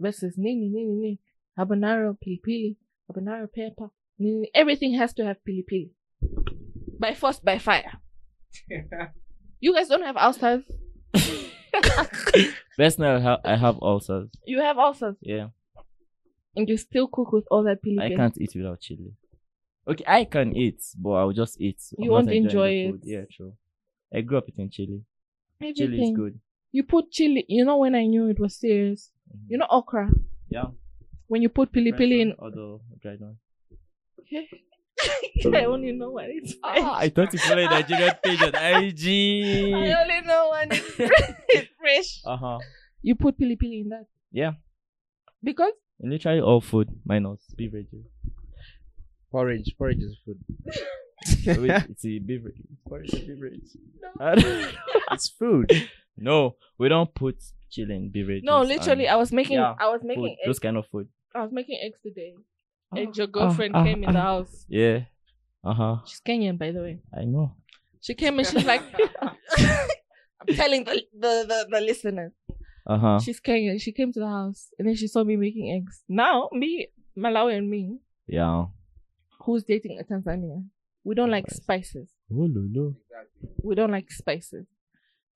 [SPEAKER 2] versus nini nini nini habanero pili pili habanero pepper. Nini. Everything has to have pili pili
[SPEAKER 4] By force, by fire.
[SPEAKER 2] You guys don't have ulcers.
[SPEAKER 3] Best now I have, I have ulcers.
[SPEAKER 2] You have ulcers,
[SPEAKER 3] Yeah,
[SPEAKER 2] and you still cook with all that pili
[SPEAKER 3] I
[SPEAKER 2] pili.
[SPEAKER 3] can't eat without chili. Okay, I can eat, but I'll just eat. I'm
[SPEAKER 2] You
[SPEAKER 3] not
[SPEAKER 2] won't
[SPEAKER 3] enjoying the
[SPEAKER 2] enjoy
[SPEAKER 3] food.
[SPEAKER 2] it.
[SPEAKER 3] Yeah, true. I grew up eating chili. Chili is
[SPEAKER 2] Everything.
[SPEAKER 3] good.
[SPEAKER 2] You put chili. You know when I knew it was serious.
[SPEAKER 3] Mhm.
[SPEAKER 2] You know okra.
[SPEAKER 3] yeah.
[SPEAKER 2] When you put pili
[SPEAKER 3] Fresh
[SPEAKER 2] pili
[SPEAKER 3] one
[SPEAKER 2] in,
[SPEAKER 3] or the dried one.
[SPEAKER 2] I only know what it's.
[SPEAKER 4] Ah,
[SPEAKER 3] I thought you followed a Nigerian page on
[SPEAKER 4] I
[SPEAKER 3] IG.
[SPEAKER 4] only know one is fresh.
[SPEAKER 3] Uh huh.
[SPEAKER 2] You put pili pili in that.
[SPEAKER 3] Yeah.
[SPEAKER 2] Because
[SPEAKER 3] Literally all food minus beverages.
[SPEAKER 1] Porridge, porridge is food.
[SPEAKER 3] Wait, it's a beverage. What is a beverage?
[SPEAKER 4] No.
[SPEAKER 3] I don't-
[SPEAKER 1] it's food.
[SPEAKER 3] no, we don't put chili in beverages.
[SPEAKER 2] no, literally,
[SPEAKER 3] and
[SPEAKER 2] I was making,
[SPEAKER 3] um, yeah,
[SPEAKER 2] I was
[SPEAKER 3] food,
[SPEAKER 2] making, eggs,
[SPEAKER 3] those kind of food.
[SPEAKER 2] I was making eggs today,
[SPEAKER 3] Ah,
[SPEAKER 2] and your
[SPEAKER 3] ah,
[SPEAKER 2] girlfriend
[SPEAKER 3] ah,
[SPEAKER 2] came in the
[SPEAKER 3] ah.
[SPEAKER 2] house.
[SPEAKER 3] Yeah. Uh huh.
[SPEAKER 2] She's Kenyan, by the way.
[SPEAKER 3] I know.
[SPEAKER 2] She came and she's like,
[SPEAKER 4] I'm telling the, the, the, the listeners.
[SPEAKER 3] Uh huh.
[SPEAKER 2] she's Kenyan. She came to the house, and then she saw me making eggs. Now, me, Malawi, and me,
[SPEAKER 3] Yeah.
[SPEAKER 2] who's dating a Tanzania, we don't like spices.
[SPEAKER 3] Oh, lulu.
[SPEAKER 2] we don't like spices.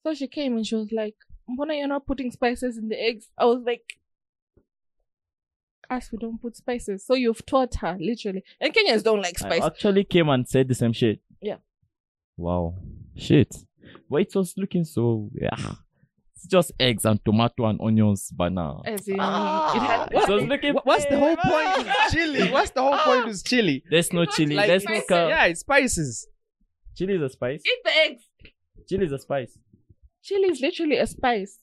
[SPEAKER 2] So she came and she was like, Mbona you're not putting spices in the eggs? I was like, Us, we don't put spices. So you've taught her, literally.
[SPEAKER 4] And Kenyans don't like spice.
[SPEAKER 3] I actually came and said the same shit.
[SPEAKER 2] Yeah.
[SPEAKER 3] Wow. Shit. But it was looking so yeah. It's just eggs and tomato and onions, but now.
[SPEAKER 2] As in,
[SPEAKER 4] Ah.
[SPEAKER 2] it had,
[SPEAKER 3] It was looking.
[SPEAKER 1] Wha- What's the whole point of chili? What's the whole point of chili?
[SPEAKER 3] There's no chili.
[SPEAKER 1] Like,
[SPEAKER 3] There's no
[SPEAKER 4] spices.
[SPEAKER 3] cow.
[SPEAKER 1] yeah, it's spices.
[SPEAKER 3] Chili is a spice.
[SPEAKER 4] Eat the eggs.
[SPEAKER 3] Chili is a spice.
[SPEAKER 2] chili is literally a spice.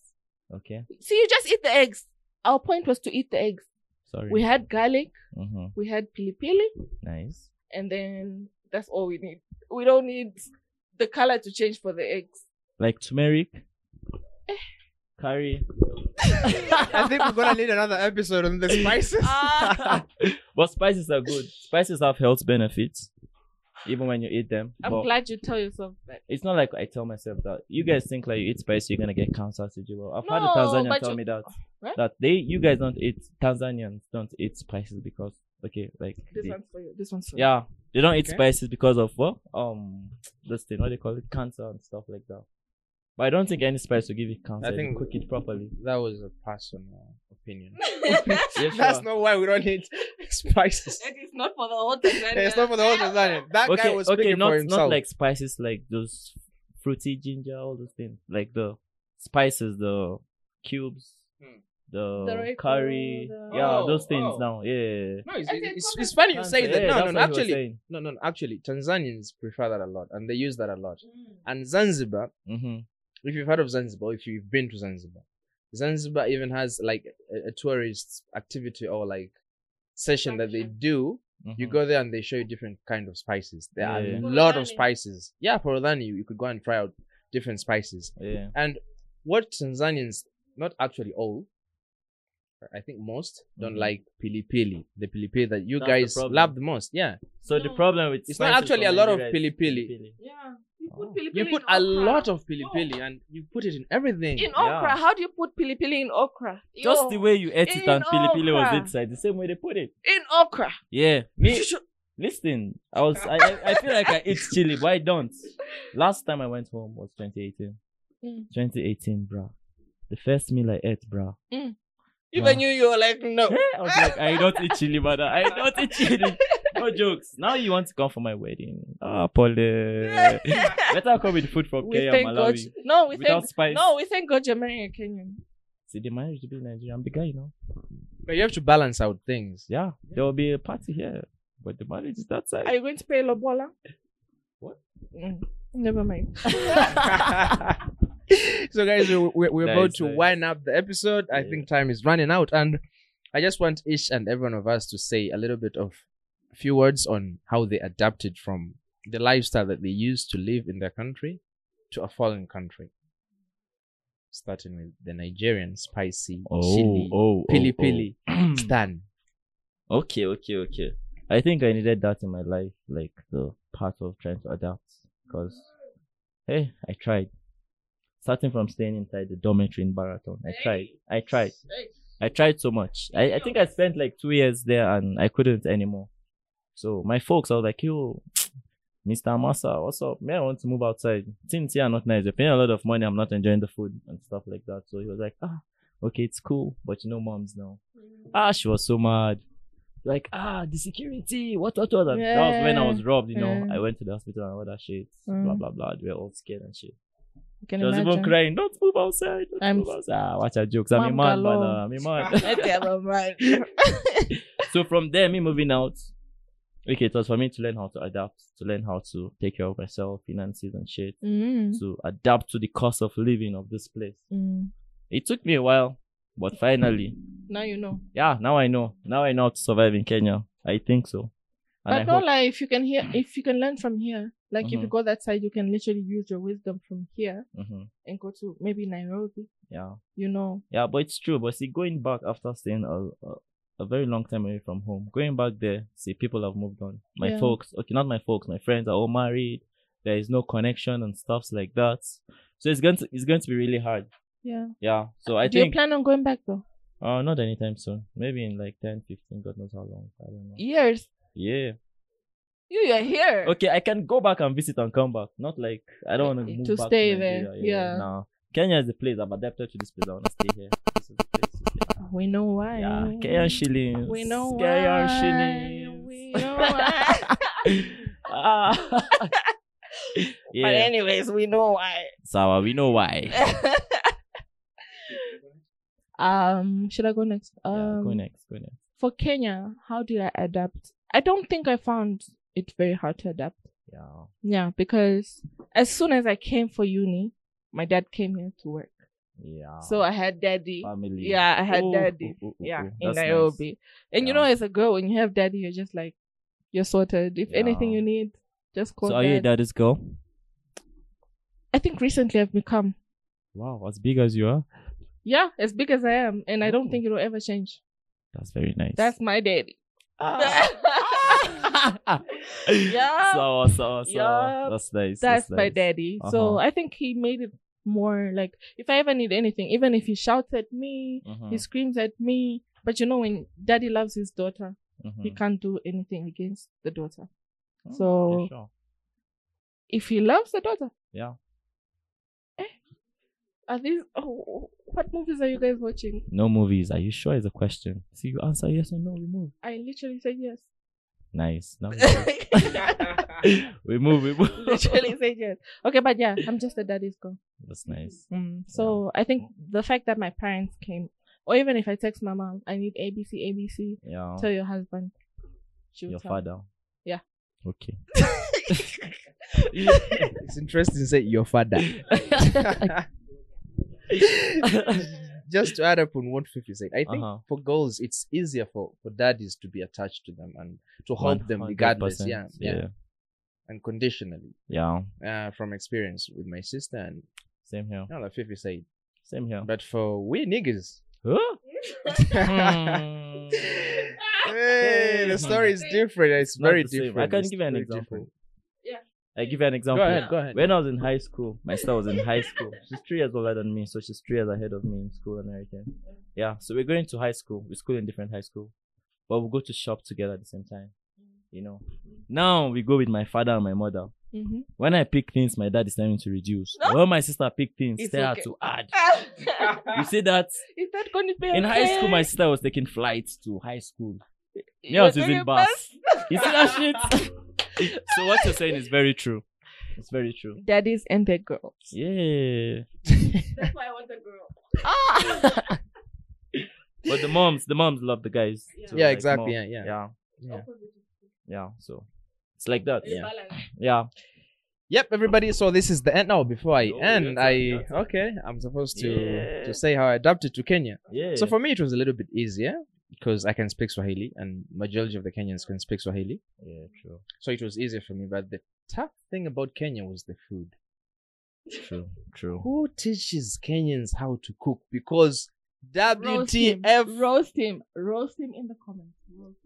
[SPEAKER 3] Okay.
[SPEAKER 4] See, you just eat the eggs.
[SPEAKER 2] Our point was to eat the eggs.
[SPEAKER 3] Sorry.
[SPEAKER 2] We had garlic,
[SPEAKER 3] hmm
[SPEAKER 2] we had pili pili,
[SPEAKER 3] Nice.
[SPEAKER 2] and then that's all we need. We don't need the color to change for the eggs.
[SPEAKER 3] Like turmeric. Curry.
[SPEAKER 1] I think we're gonna need another episode on the spices.
[SPEAKER 4] Ah.
[SPEAKER 3] But spices are good. Spices have health benefits, even when you eat them.
[SPEAKER 2] I'm
[SPEAKER 3] but
[SPEAKER 2] glad you tell yourself that.
[SPEAKER 3] it's not like I tell myself that. You guys think like you eat spice, you're gonna get cancer. So you will. I've had a
[SPEAKER 2] No,
[SPEAKER 3] Tanzanian
[SPEAKER 2] but
[SPEAKER 3] tell
[SPEAKER 2] you-
[SPEAKER 3] me that
[SPEAKER 2] What?
[SPEAKER 3] that they you guys don't eat Tanzanians don't eat spices because okay like
[SPEAKER 2] This
[SPEAKER 3] they-
[SPEAKER 2] one's for you. This one's for you.
[SPEAKER 3] yeah they don't eat
[SPEAKER 1] Okay.
[SPEAKER 3] spices because of what um this thing what they call it cancer and stuff like that. But I don't think any spice will give you cancer. I think
[SPEAKER 1] think-
[SPEAKER 3] you cook it properly.
[SPEAKER 1] that was a personal opinion.
[SPEAKER 3] Yeah,
[SPEAKER 1] That's
[SPEAKER 3] sure.
[SPEAKER 1] not why we don't need spices.
[SPEAKER 4] It is not for the uh, whole Tanzania.
[SPEAKER 1] it's not for the whole Tanzanian. That guy
[SPEAKER 3] okay,
[SPEAKER 1] was speaking
[SPEAKER 3] okay, not
[SPEAKER 1] for
[SPEAKER 3] not
[SPEAKER 1] himself.
[SPEAKER 3] like spices like those fruity ginger, all those things, like the spices, the cubes,
[SPEAKER 1] Hmm.
[SPEAKER 3] the,
[SPEAKER 2] The Royco,
[SPEAKER 3] curry,
[SPEAKER 2] the-
[SPEAKER 3] yeah,
[SPEAKER 1] Oh,
[SPEAKER 3] those things
[SPEAKER 1] oh.
[SPEAKER 3] now, yeah.
[SPEAKER 1] no, it's,
[SPEAKER 2] I said
[SPEAKER 1] it's,
[SPEAKER 2] common
[SPEAKER 1] it's funny you say
[SPEAKER 3] Yeah,
[SPEAKER 1] that. No,
[SPEAKER 3] that's
[SPEAKER 1] no, no,
[SPEAKER 3] what he was
[SPEAKER 1] actually,
[SPEAKER 3] saying.
[SPEAKER 1] no, no, actually, Tanzanians prefer that a lot, and they use that a lot.
[SPEAKER 2] Mm,
[SPEAKER 1] And Zanzibar,
[SPEAKER 3] Mhm.
[SPEAKER 1] if you've heard of Zanzibar, if you've been to Zanzibar, Zanzibar even has like a, a tourist activity or like session that they
[SPEAKER 2] Function.
[SPEAKER 1] do. You
[SPEAKER 3] mhm.
[SPEAKER 1] go there and they show you different kind of spices. There are
[SPEAKER 3] Yeah.
[SPEAKER 1] a lot
[SPEAKER 4] Forodhani.
[SPEAKER 1] of spices. Yeah, for Rodani, you, you could go and try out different spices.
[SPEAKER 3] yeah.
[SPEAKER 1] And what Tanzanians, not actually all, I think most don't
[SPEAKER 3] Mhm.
[SPEAKER 1] like pili pili, the pili pili that you
[SPEAKER 3] That's the
[SPEAKER 1] guys
[SPEAKER 3] problem.
[SPEAKER 1] love the most. Yeah,
[SPEAKER 3] So the problem with
[SPEAKER 1] It's not
[SPEAKER 3] spices
[SPEAKER 1] actually
[SPEAKER 3] from
[SPEAKER 1] a lot of
[SPEAKER 3] Nigeria is
[SPEAKER 1] pili-pili.
[SPEAKER 2] Yeah. You put
[SPEAKER 3] Oh.
[SPEAKER 2] pilipili
[SPEAKER 1] You put
[SPEAKER 2] in
[SPEAKER 1] a
[SPEAKER 2] okra. Oh,
[SPEAKER 1] lot of pili pili and you put it in everything.
[SPEAKER 4] Oh. In
[SPEAKER 3] Yeah.
[SPEAKER 4] okra, how do you put pilipili in okra?
[SPEAKER 3] Just
[SPEAKER 4] Yo,
[SPEAKER 3] the way you ate it
[SPEAKER 4] in
[SPEAKER 3] and pili pili was
[SPEAKER 4] okra.
[SPEAKER 3] inside, the same way they put it.
[SPEAKER 4] in okra.
[SPEAKER 3] Yeah, me.
[SPEAKER 4] You should-
[SPEAKER 3] Listen, I was I, I, I feel like I ate chili, but I don't. Last time I went home was 2018.
[SPEAKER 4] Mm.
[SPEAKER 3] 2018, bruh. The first meal I ate, bruh.
[SPEAKER 4] Even
[SPEAKER 3] Wow.
[SPEAKER 4] you, you were like, no.
[SPEAKER 3] I was like, I don't eat chili, brother. I don't eat chili. No jokes. Now you want to come for my wedding. Ah, Paul. eh. Better come with food from
[SPEAKER 4] we
[SPEAKER 3] Kenya,
[SPEAKER 4] thank God.
[SPEAKER 3] Malawi.
[SPEAKER 4] No, we
[SPEAKER 3] Without
[SPEAKER 4] thank.
[SPEAKER 3] spice.
[SPEAKER 4] No, we thank God you're marrying a Kenyan.
[SPEAKER 3] See, they managed to be Nigerian. I'm the guy, you know.
[SPEAKER 1] But you have to balance out things.
[SPEAKER 3] Yeah, there will be a party here, but the marriage is that
[SPEAKER 4] Are
[SPEAKER 3] side.
[SPEAKER 4] you going to pay Lobola?
[SPEAKER 3] What?
[SPEAKER 4] Mm, never mind.
[SPEAKER 1] so guys we're, we're, we're
[SPEAKER 3] Nice,
[SPEAKER 1] about to
[SPEAKER 3] nice.
[SPEAKER 1] wind up the episode i
[SPEAKER 3] Yeah.
[SPEAKER 1] think time is running out and i just want each and every one of us to say a little bit of a few words on how they adapted from the lifestyle that they used to live in their country to a foreign country starting with the nigerian spicy chili
[SPEAKER 3] oh,
[SPEAKER 1] pili pili
[SPEAKER 3] oh.
[SPEAKER 1] stan
[SPEAKER 3] Okay, okay, okay. I think I needed that in my life, like the part of trying to adapt. Because, hey, I tried. Starting from staying inside the dormitory in Baraton, I tried. I tried. I tried so much. I, I think I spent like two years there and I couldn't anymore. So my folks, I was like, yo, Mr. Amasa, what's up? Man, I want to move outside. Things here are not nice. You're paying a lot of money. I'm not enjoying the food and stuff like that. So he was like, ah, okay, it's cool. But you know, mom's now. Ah, she was so mad. Like, ah, the security, what, what, what. And That was when I was robbed, you know.
[SPEAKER 2] Yeah.
[SPEAKER 3] I went to the hospital and all that shit.
[SPEAKER 2] Mm.
[SPEAKER 3] Blah, blah, blah. We were all scared and shit.
[SPEAKER 2] You can
[SPEAKER 3] She was even
[SPEAKER 2] imagine.
[SPEAKER 3] crying, don't move outside. Don't
[SPEAKER 2] I'm-
[SPEAKER 3] move outside. Ah, watch her jokes. I'm a
[SPEAKER 2] Mom
[SPEAKER 3] man,
[SPEAKER 2] galore.
[SPEAKER 3] man. I'm a man.
[SPEAKER 4] never mind.
[SPEAKER 3] So from there, me moving out, okay, it was for me to learn how to adapt, to learn how to take care of myself, finances and shit,
[SPEAKER 2] Mm,
[SPEAKER 3] to adapt to the cost of living of this place.
[SPEAKER 2] mm.
[SPEAKER 3] It took me a while, but finally,
[SPEAKER 2] Now you know.
[SPEAKER 3] yeah, now I know. Now I know how to survive in Kenya. I think so.
[SPEAKER 2] But
[SPEAKER 3] And
[SPEAKER 2] no,
[SPEAKER 3] I hope,
[SPEAKER 2] like if you can hear, if you can learn from here, like if you
[SPEAKER 3] Mhm.
[SPEAKER 2] go that side, you can literally use your wisdom from here
[SPEAKER 3] Mhm,
[SPEAKER 2] and go to maybe Nairobi.
[SPEAKER 3] yeah,
[SPEAKER 2] You know,
[SPEAKER 3] yeah, but it's true. But see, going back after staying a, a, a very long time away from home, going back there, see, people have moved on. My
[SPEAKER 2] Yeah.
[SPEAKER 3] folks, okay, not my folks, my friends are all married. There is no connection and stuffs like that. So it's going to it's going to be really hard.
[SPEAKER 2] yeah.
[SPEAKER 3] Yeah. So I
[SPEAKER 2] Do you
[SPEAKER 3] think
[SPEAKER 2] plan on going back though?
[SPEAKER 3] uh not anytime soon. Maybe in like 10, 15, God knows how long. I don't know.
[SPEAKER 2] Years.
[SPEAKER 3] Yeah.
[SPEAKER 4] You, you're here.
[SPEAKER 3] Okay, I can go back and visit and come back. Not like I don't want
[SPEAKER 2] Eh,
[SPEAKER 3] to move
[SPEAKER 2] to
[SPEAKER 3] back
[SPEAKER 2] stay
[SPEAKER 3] Nigeria.
[SPEAKER 2] there.
[SPEAKER 3] Yeah.
[SPEAKER 2] Yeah.
[SPEAKER 3] Nah. Kenya is the place. I've adapted to this place. I want to stay here. This is the place to stay.
[SPEAKER 2] We know why.
[SPEAKER 3] Yeah. Kenyan shillings.
[SPEAKER 2] We know
[SPEAKER 3] Kenyan
[SPEAKER 2] why.
[SPEAKER 3] shillings.
[SPEAKER 2] We know why.
[SPEAKER 3] ah.
[SPEAKER 4] But
[SPEAKER 3] yeah.
[SPEAKER 4] anyways, we know why.
[SPEAKER 3] Sawa, we know why.
[SPEAKER 2] um, should I go next? Um,
[SPEAKER 3] yeah, go next. Go next.
[SPEAKER 2] for Kenya, how did I adapt? I don't think I found it very hard to adapt.
[SPEAKER 3] Yeah.
[SPEAKER 2] Yeah, because as soon as I came for uni, my dad came here to work.
[SPEAKER 3] Yeah.
[SPEAKER 2] So I had daddy.
[SPEAKER 3] family.
[SPEAKER 2] Yeah, I had
[SPEAKER 3] Oh,
[SPEAKER 2] daddy.
[SPEAKER 3] oh, oh, oh,
[SPEAKER 2] Yeah,
[SPEAKER 3] oh.
[SPEAKER 2] in
[SPEAKER 3] That's nice.
[SPEAKER 2] Nairobi. And you
[SPEAKER 3] Yeah.
[SPEAKER 2] know, as a girl, when you have daddy, you're just like, you're sorted. If anything
[SPEAKER 3] Yeah.
[SPEAKER 2] you need, just call
[SPEAKER 3] So are you a
[SPEAKER 2] dad.
[SPEAKER 3] daddy's girl?
[SPEAKER 2] I think recently I've become,
[SPEAKER 3] Wow, as big as you are.
[SPEAKER 2] yeah, as big as I am. And I don't
[SPEAKER 3] Oh.
[SPEAKER 2] think it'll ever change.
[SPEAKER 3] That's very nice.
[SPEAKER 2] That's my daddy.
[SPEAKER 3] Ah. yeah. So, so, so.
[SPEAKER 2] Yeah.
[SPEAKER 3] That's nice.
[SPEAKER 2] That's my
[SPEAKER 3] nice.
[SPEAKER 2] daddy. So
[SPEAKER 3] Uh-huh.
[SPEAKER 2] I think he made it more like, if I ever need anything, even if he shouts at me,
[SPEAKER 3] Mhm,
[SPEAKER 2] he screams at me. But you know, when daddy loves his daughter,
[SPEAKER 3] mhm.
[SPEAKER 2] he can't do anything against the daughter.
[SPEAKER 3] Oh,
[SPEAKER 2] so-
[SPEAKER 3] yeah, sure.
[SPEAKER 2] If he loves the daughter, Eh?
[SPEAKER 3] Yeah.
[SPEAKER 2] are these oh, what movies are you guys watching?
[SPEAKER 3] No movies. Are you sure? Is a question. So you answer yes or no. We move.
[SPEAKER 2] I literally said yes.
[SPEAKER 3] Nice. Now
[SPEAKER 4] Literally
[SPEAKER 3] we move. We move. We move.
[SPEAKER 2] said yes. Okay, but yeah, I'm just a daddy's girl.
[SPEAKER 3] That's nice.
[SPEAKER 2] Mm, so I think the fact that my parents came, or even if I text my mom, I need ABC, ABC.
[SPEAKER 3] Yeah.
[SPEAKER 2] Tell your husband. She will
[SPEAKER 3] Oh. Your
[SPEAKER 2] tell.
[SPEAKER 3] father.
[SPEAKER 2] Yeah.
[SPEAKER 3] Okay.
[SPEAKER 1] it's interesting to say your father just to add up on what Fifi said, I think
[SPEAKER 3] Uh-huh.
[SPEAKER 1] for girls it's easier for, for daddies to be attached to them and to help them regardless.
[SPEAKER 3] 100%.
[SPEAKER 1] Yeah, yeah,
[SPEAKER 3] Yeah.
[SPEAKER 1] and conditionally.
[SPEAKER 3] Yeah.
[SPEAKER 1] Uh, from experience with my sister and
[SPEAKER 3] Same here.
[SPEAKER 1] you know, like Fifi said.
[SPEAKER 3] Same here.
[SPEAKER 1] But for we niggas,
[SPEAKER 3] Huh? Hmm.
[SPEAKER 2] Hmm.
[SPEAKER 1] hey, the story is different. It's
[SPEAKER 3] Not
[SPEAKER 1] very
[SPEAKER 3] the same. I
[SPEAKER 1] different.
[SPEAKER 3] can
[SPEAKER 1] It's
[SPEAKER 3] give you an
[SPEAKER 1] very
[SPEAKER 3] example.
[SPEAKER 1] different.
[SPEAKER 3] I give you an
[SPEAKER 1] Go
[SPEAKER 3] example.
[SPEAKER 1] ahead, go ahead.
[SPEAKER 3] When I was in high school, my sister was in high school. She's three years older than me, so she's three years ahead of me in school and everything. Yeah, so we're going to high school. We school in different high school, but we go to shop together at the same time. You know. Now we go with my father and my mother.
[SPEAKER 2] Mm-hmm.
[SPEAKER 3] When I pick things, my dad is telling me to reduce. But When my sister pick things,
[SPEAKER 4] It's
[SPEAKER 3] tell her
[SPEAKER 4] okay.
[SPEAKER 3] to add. You see that
[SPEAKER 2] Is that going to be
[SPEAKER 3] in high school, my sister was taking flights to high school. Yeah, I was using bus. You see that shit? so what you're saying is very true. It's very true.
[SPEAKER 2] Daddies and their girls.
[SPEAKER 3] Yeah.
[SPEAKER 4] That's why I was a girl.
[SPEAKER 2] Ah!
[SPEAKER 3] But the moms, the moms love the guys.
[SPEAKER 4] Yeah.
[SPEAKER 3] too,
[SPEAKER 1] Yeah,
[SPEAKER 3] like
[SPEAKER 1] exactly.
[SPEAKER 3] more.
[SPEAKER 1] Yeah, yeah,
[SPEAKER 3] Yeah.
[SPEAKER 1] yeah.
[SPEAKER 3] Yeah. So it's like that.
[SPEAKER 4] It's
[SPEAKER 3] Yeah.
[SPEAKER 4] balance.
[SPEAKER 3] Yeah.
[SPEAKER 1] Yep, everybody. So this is the end. Now, before I
[SPEAKER 3] Oh,
[SPEAKER 1] end,
[SPEAKER 3] that's it,
[SPEAKER 1] I
[SPEAKER 3] that's it.
[SPEAKER 1] okay. I'm supposed to
[SPEAKER 3] Yeah.
[SPEAKER 1] to say how I adapted to Kenya.
[SPEAKER 3] Yeah.
[SPEAKER 1] So for me, it was a little bit easier because I can speak Swahili, and majority of the Kenyans can speak Swahili,
[SPEAKER 3] Yeah, true.
[SPEAKER 1] so it was easier for me. But the tough thing about Kenya was the food.
[SPEAKER 3] True. True.
[SPEAKER 1] Who teaches Kenyans how to cook? Because
[SPEAKER 2] Roast
[SPEAKER 1] WTF?
[SPEAKER 2] him. Roast him. Roast him in the comments. Roast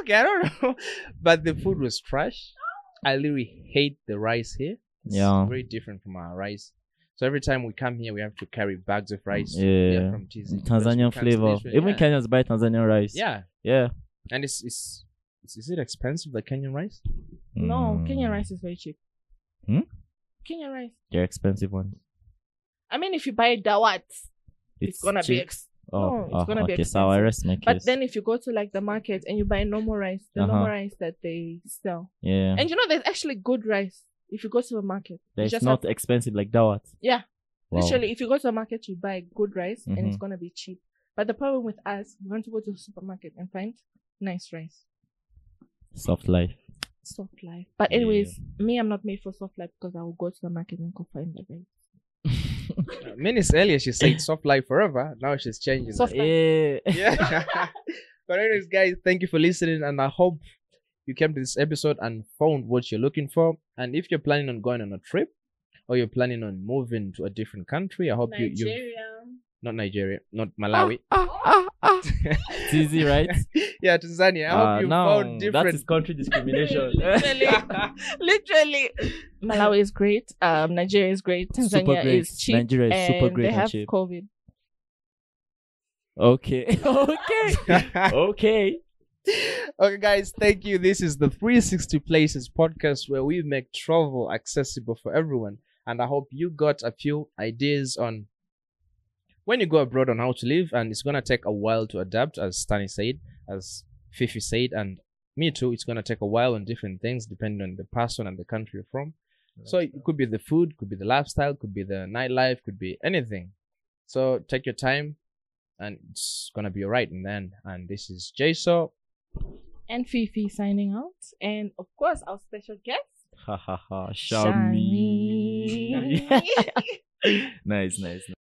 [SPEAKER 1] Okay, I don't know, but the food was trash. I literally hate the rice here. It's
[SPEAKER 3] Yeah.
[SPEAKER 1] very different from our rice. So every time we come here, we have to carry bags of rice.
[SPEAKER 3] Yeah. Mm,
[SPEAKER 1] from TZ.
[SPEAKER 3] Tanzanian flavor. Even
[SPEAKER 1] yeah.
[SPEAKER 3] Kenyans buy Tanzanian rice.
[SPEAKER 1] Yeah,
[SPEAKER 3] Yeah.
[SPEAKER 1] and it's it's. it's- Is it expensive, like Kenyan rice?
[SPEAKER 2] him. No,
[SPEAKER 3] Mm,
[SPEAKER 2] Kenyan rice is very cheap.
[SPEAKER 3] Hmm?
[SPEAKER 2] Kenyan rice.
[SPEAKER 3] Mm. They're expensive ones.
[SPEAKER 2] I mean, if you buy dawat, it's, gonna be.
[SPEAKER 3] cheap.
[SPEAKER 2] Ex-
[SPEAKER 3] Oh,
[SPEAKER 2] no, it's
[SPEAKER 3] oh,
[SPEAKER 2] gonna be
[SPEAKER 3] okay. So I
[SPEAKER 2] expensive.
[SPEAKER 3] rest my case.
[SPEAKER 2] but then if you go to like the market and you buy normal rice, the
[SPEAKER 3] Uh-huh.
[SPEAKER 2] normal rice that they sell,
[SPEAKER 3] yeah,
[SPEAKER 2] and you know there's actually good rice if you go to the market.
[SPEAKER 3] But
[SPEAKER 2] you
[SPEAKER 3] it's
[SPEAKER 2] just
[SPEAKER 3] not
[SPEAKER 2] have-
[SPEAKER 3] expensive like dawat.
[SPEAKER 2] Yeah.
[SPEAKER 3] Wow.
[SPEAKER 2] Literally, if you go to the market, you buy good rice and it's
[SPEAKER 3] Mhm.
[SPEAKER 2] gonna be cheap. But the problem with us, we want to go to the supermarket and find nice rice.
[SPEAKER 3] soft life.
[SPEAKER 2] Soft life. But
[SPEAKER 3] Yeah.
[SPEAKER 2] anyways, me, I'm not made for soft life because I will go to the market and go find the rice.
[SPEAKER 1] Uh, Minutes earlier, she said soft life forever. Now she's changing.
[SPEAKER 2] Soft
[SPEAKER 1] it.
[SPEAKER 3] yeah.
[SPEAKER 1] Yeah. but anyways, guys, thank you for listening, and I hope you came to this episode and found what you're looking for. And if you're planning on going on a trip, or you're planning on moving to a different country, I hope you you not Nigeria, not Malawi.
[SPEAKER 2] Ah, ah, ah,
[SPEAKER 3] It's easy, right?
[SPEAKER 1] yeah, Tanzania. I hope
[SPEAKER 3] Ah,
[SPEAKER 1] you
[SPEAKER 3] no,
[SPEAKER 1] found
[SPEAKER 3] That
[SPEAKER 1] different.
[SPEAKER 3] is country discrimination.
[SPEAKER 4] Literally. Literally.
[SPEAKER 2] Malawi is great. Um, Nigeria is great. Tanzania
[SPEAKER 3] super great.
[SPEAKER 2] is cheap.
[SPEAKER 3] Nigeria is
[SPEAKER 2] and
[SPEAKER 3] super great
[SPEAKER 2] they
[SPEAKER 3] and
[SPEAKER 2] have
[SPEAKER 3] cheap.
[SPEAKER 2] COVID.
[SPEAKER 3] okay. okay. okay.
[SPEAKER 1] okay, guys, thank you. This is the 360 Places podcast where we make travel accessible for everyone. And I hope you got a few ideas on when you go abroad on how to live. And it's going to take a while to adapt, as Stani said, as Fifi said, and me too. It's going to take a while on different things depending on the person and the country you're from. So it could be the food, could be the lifestyle, could be the nightlife, could be anything. So take your time and it's going to be all right in the end. And this is JSO.
[SPEAKER 2] And Fifi signing out. And of course, our special guest.
[SPEAKER 3] Ha ha ha. Shami. nice, nice.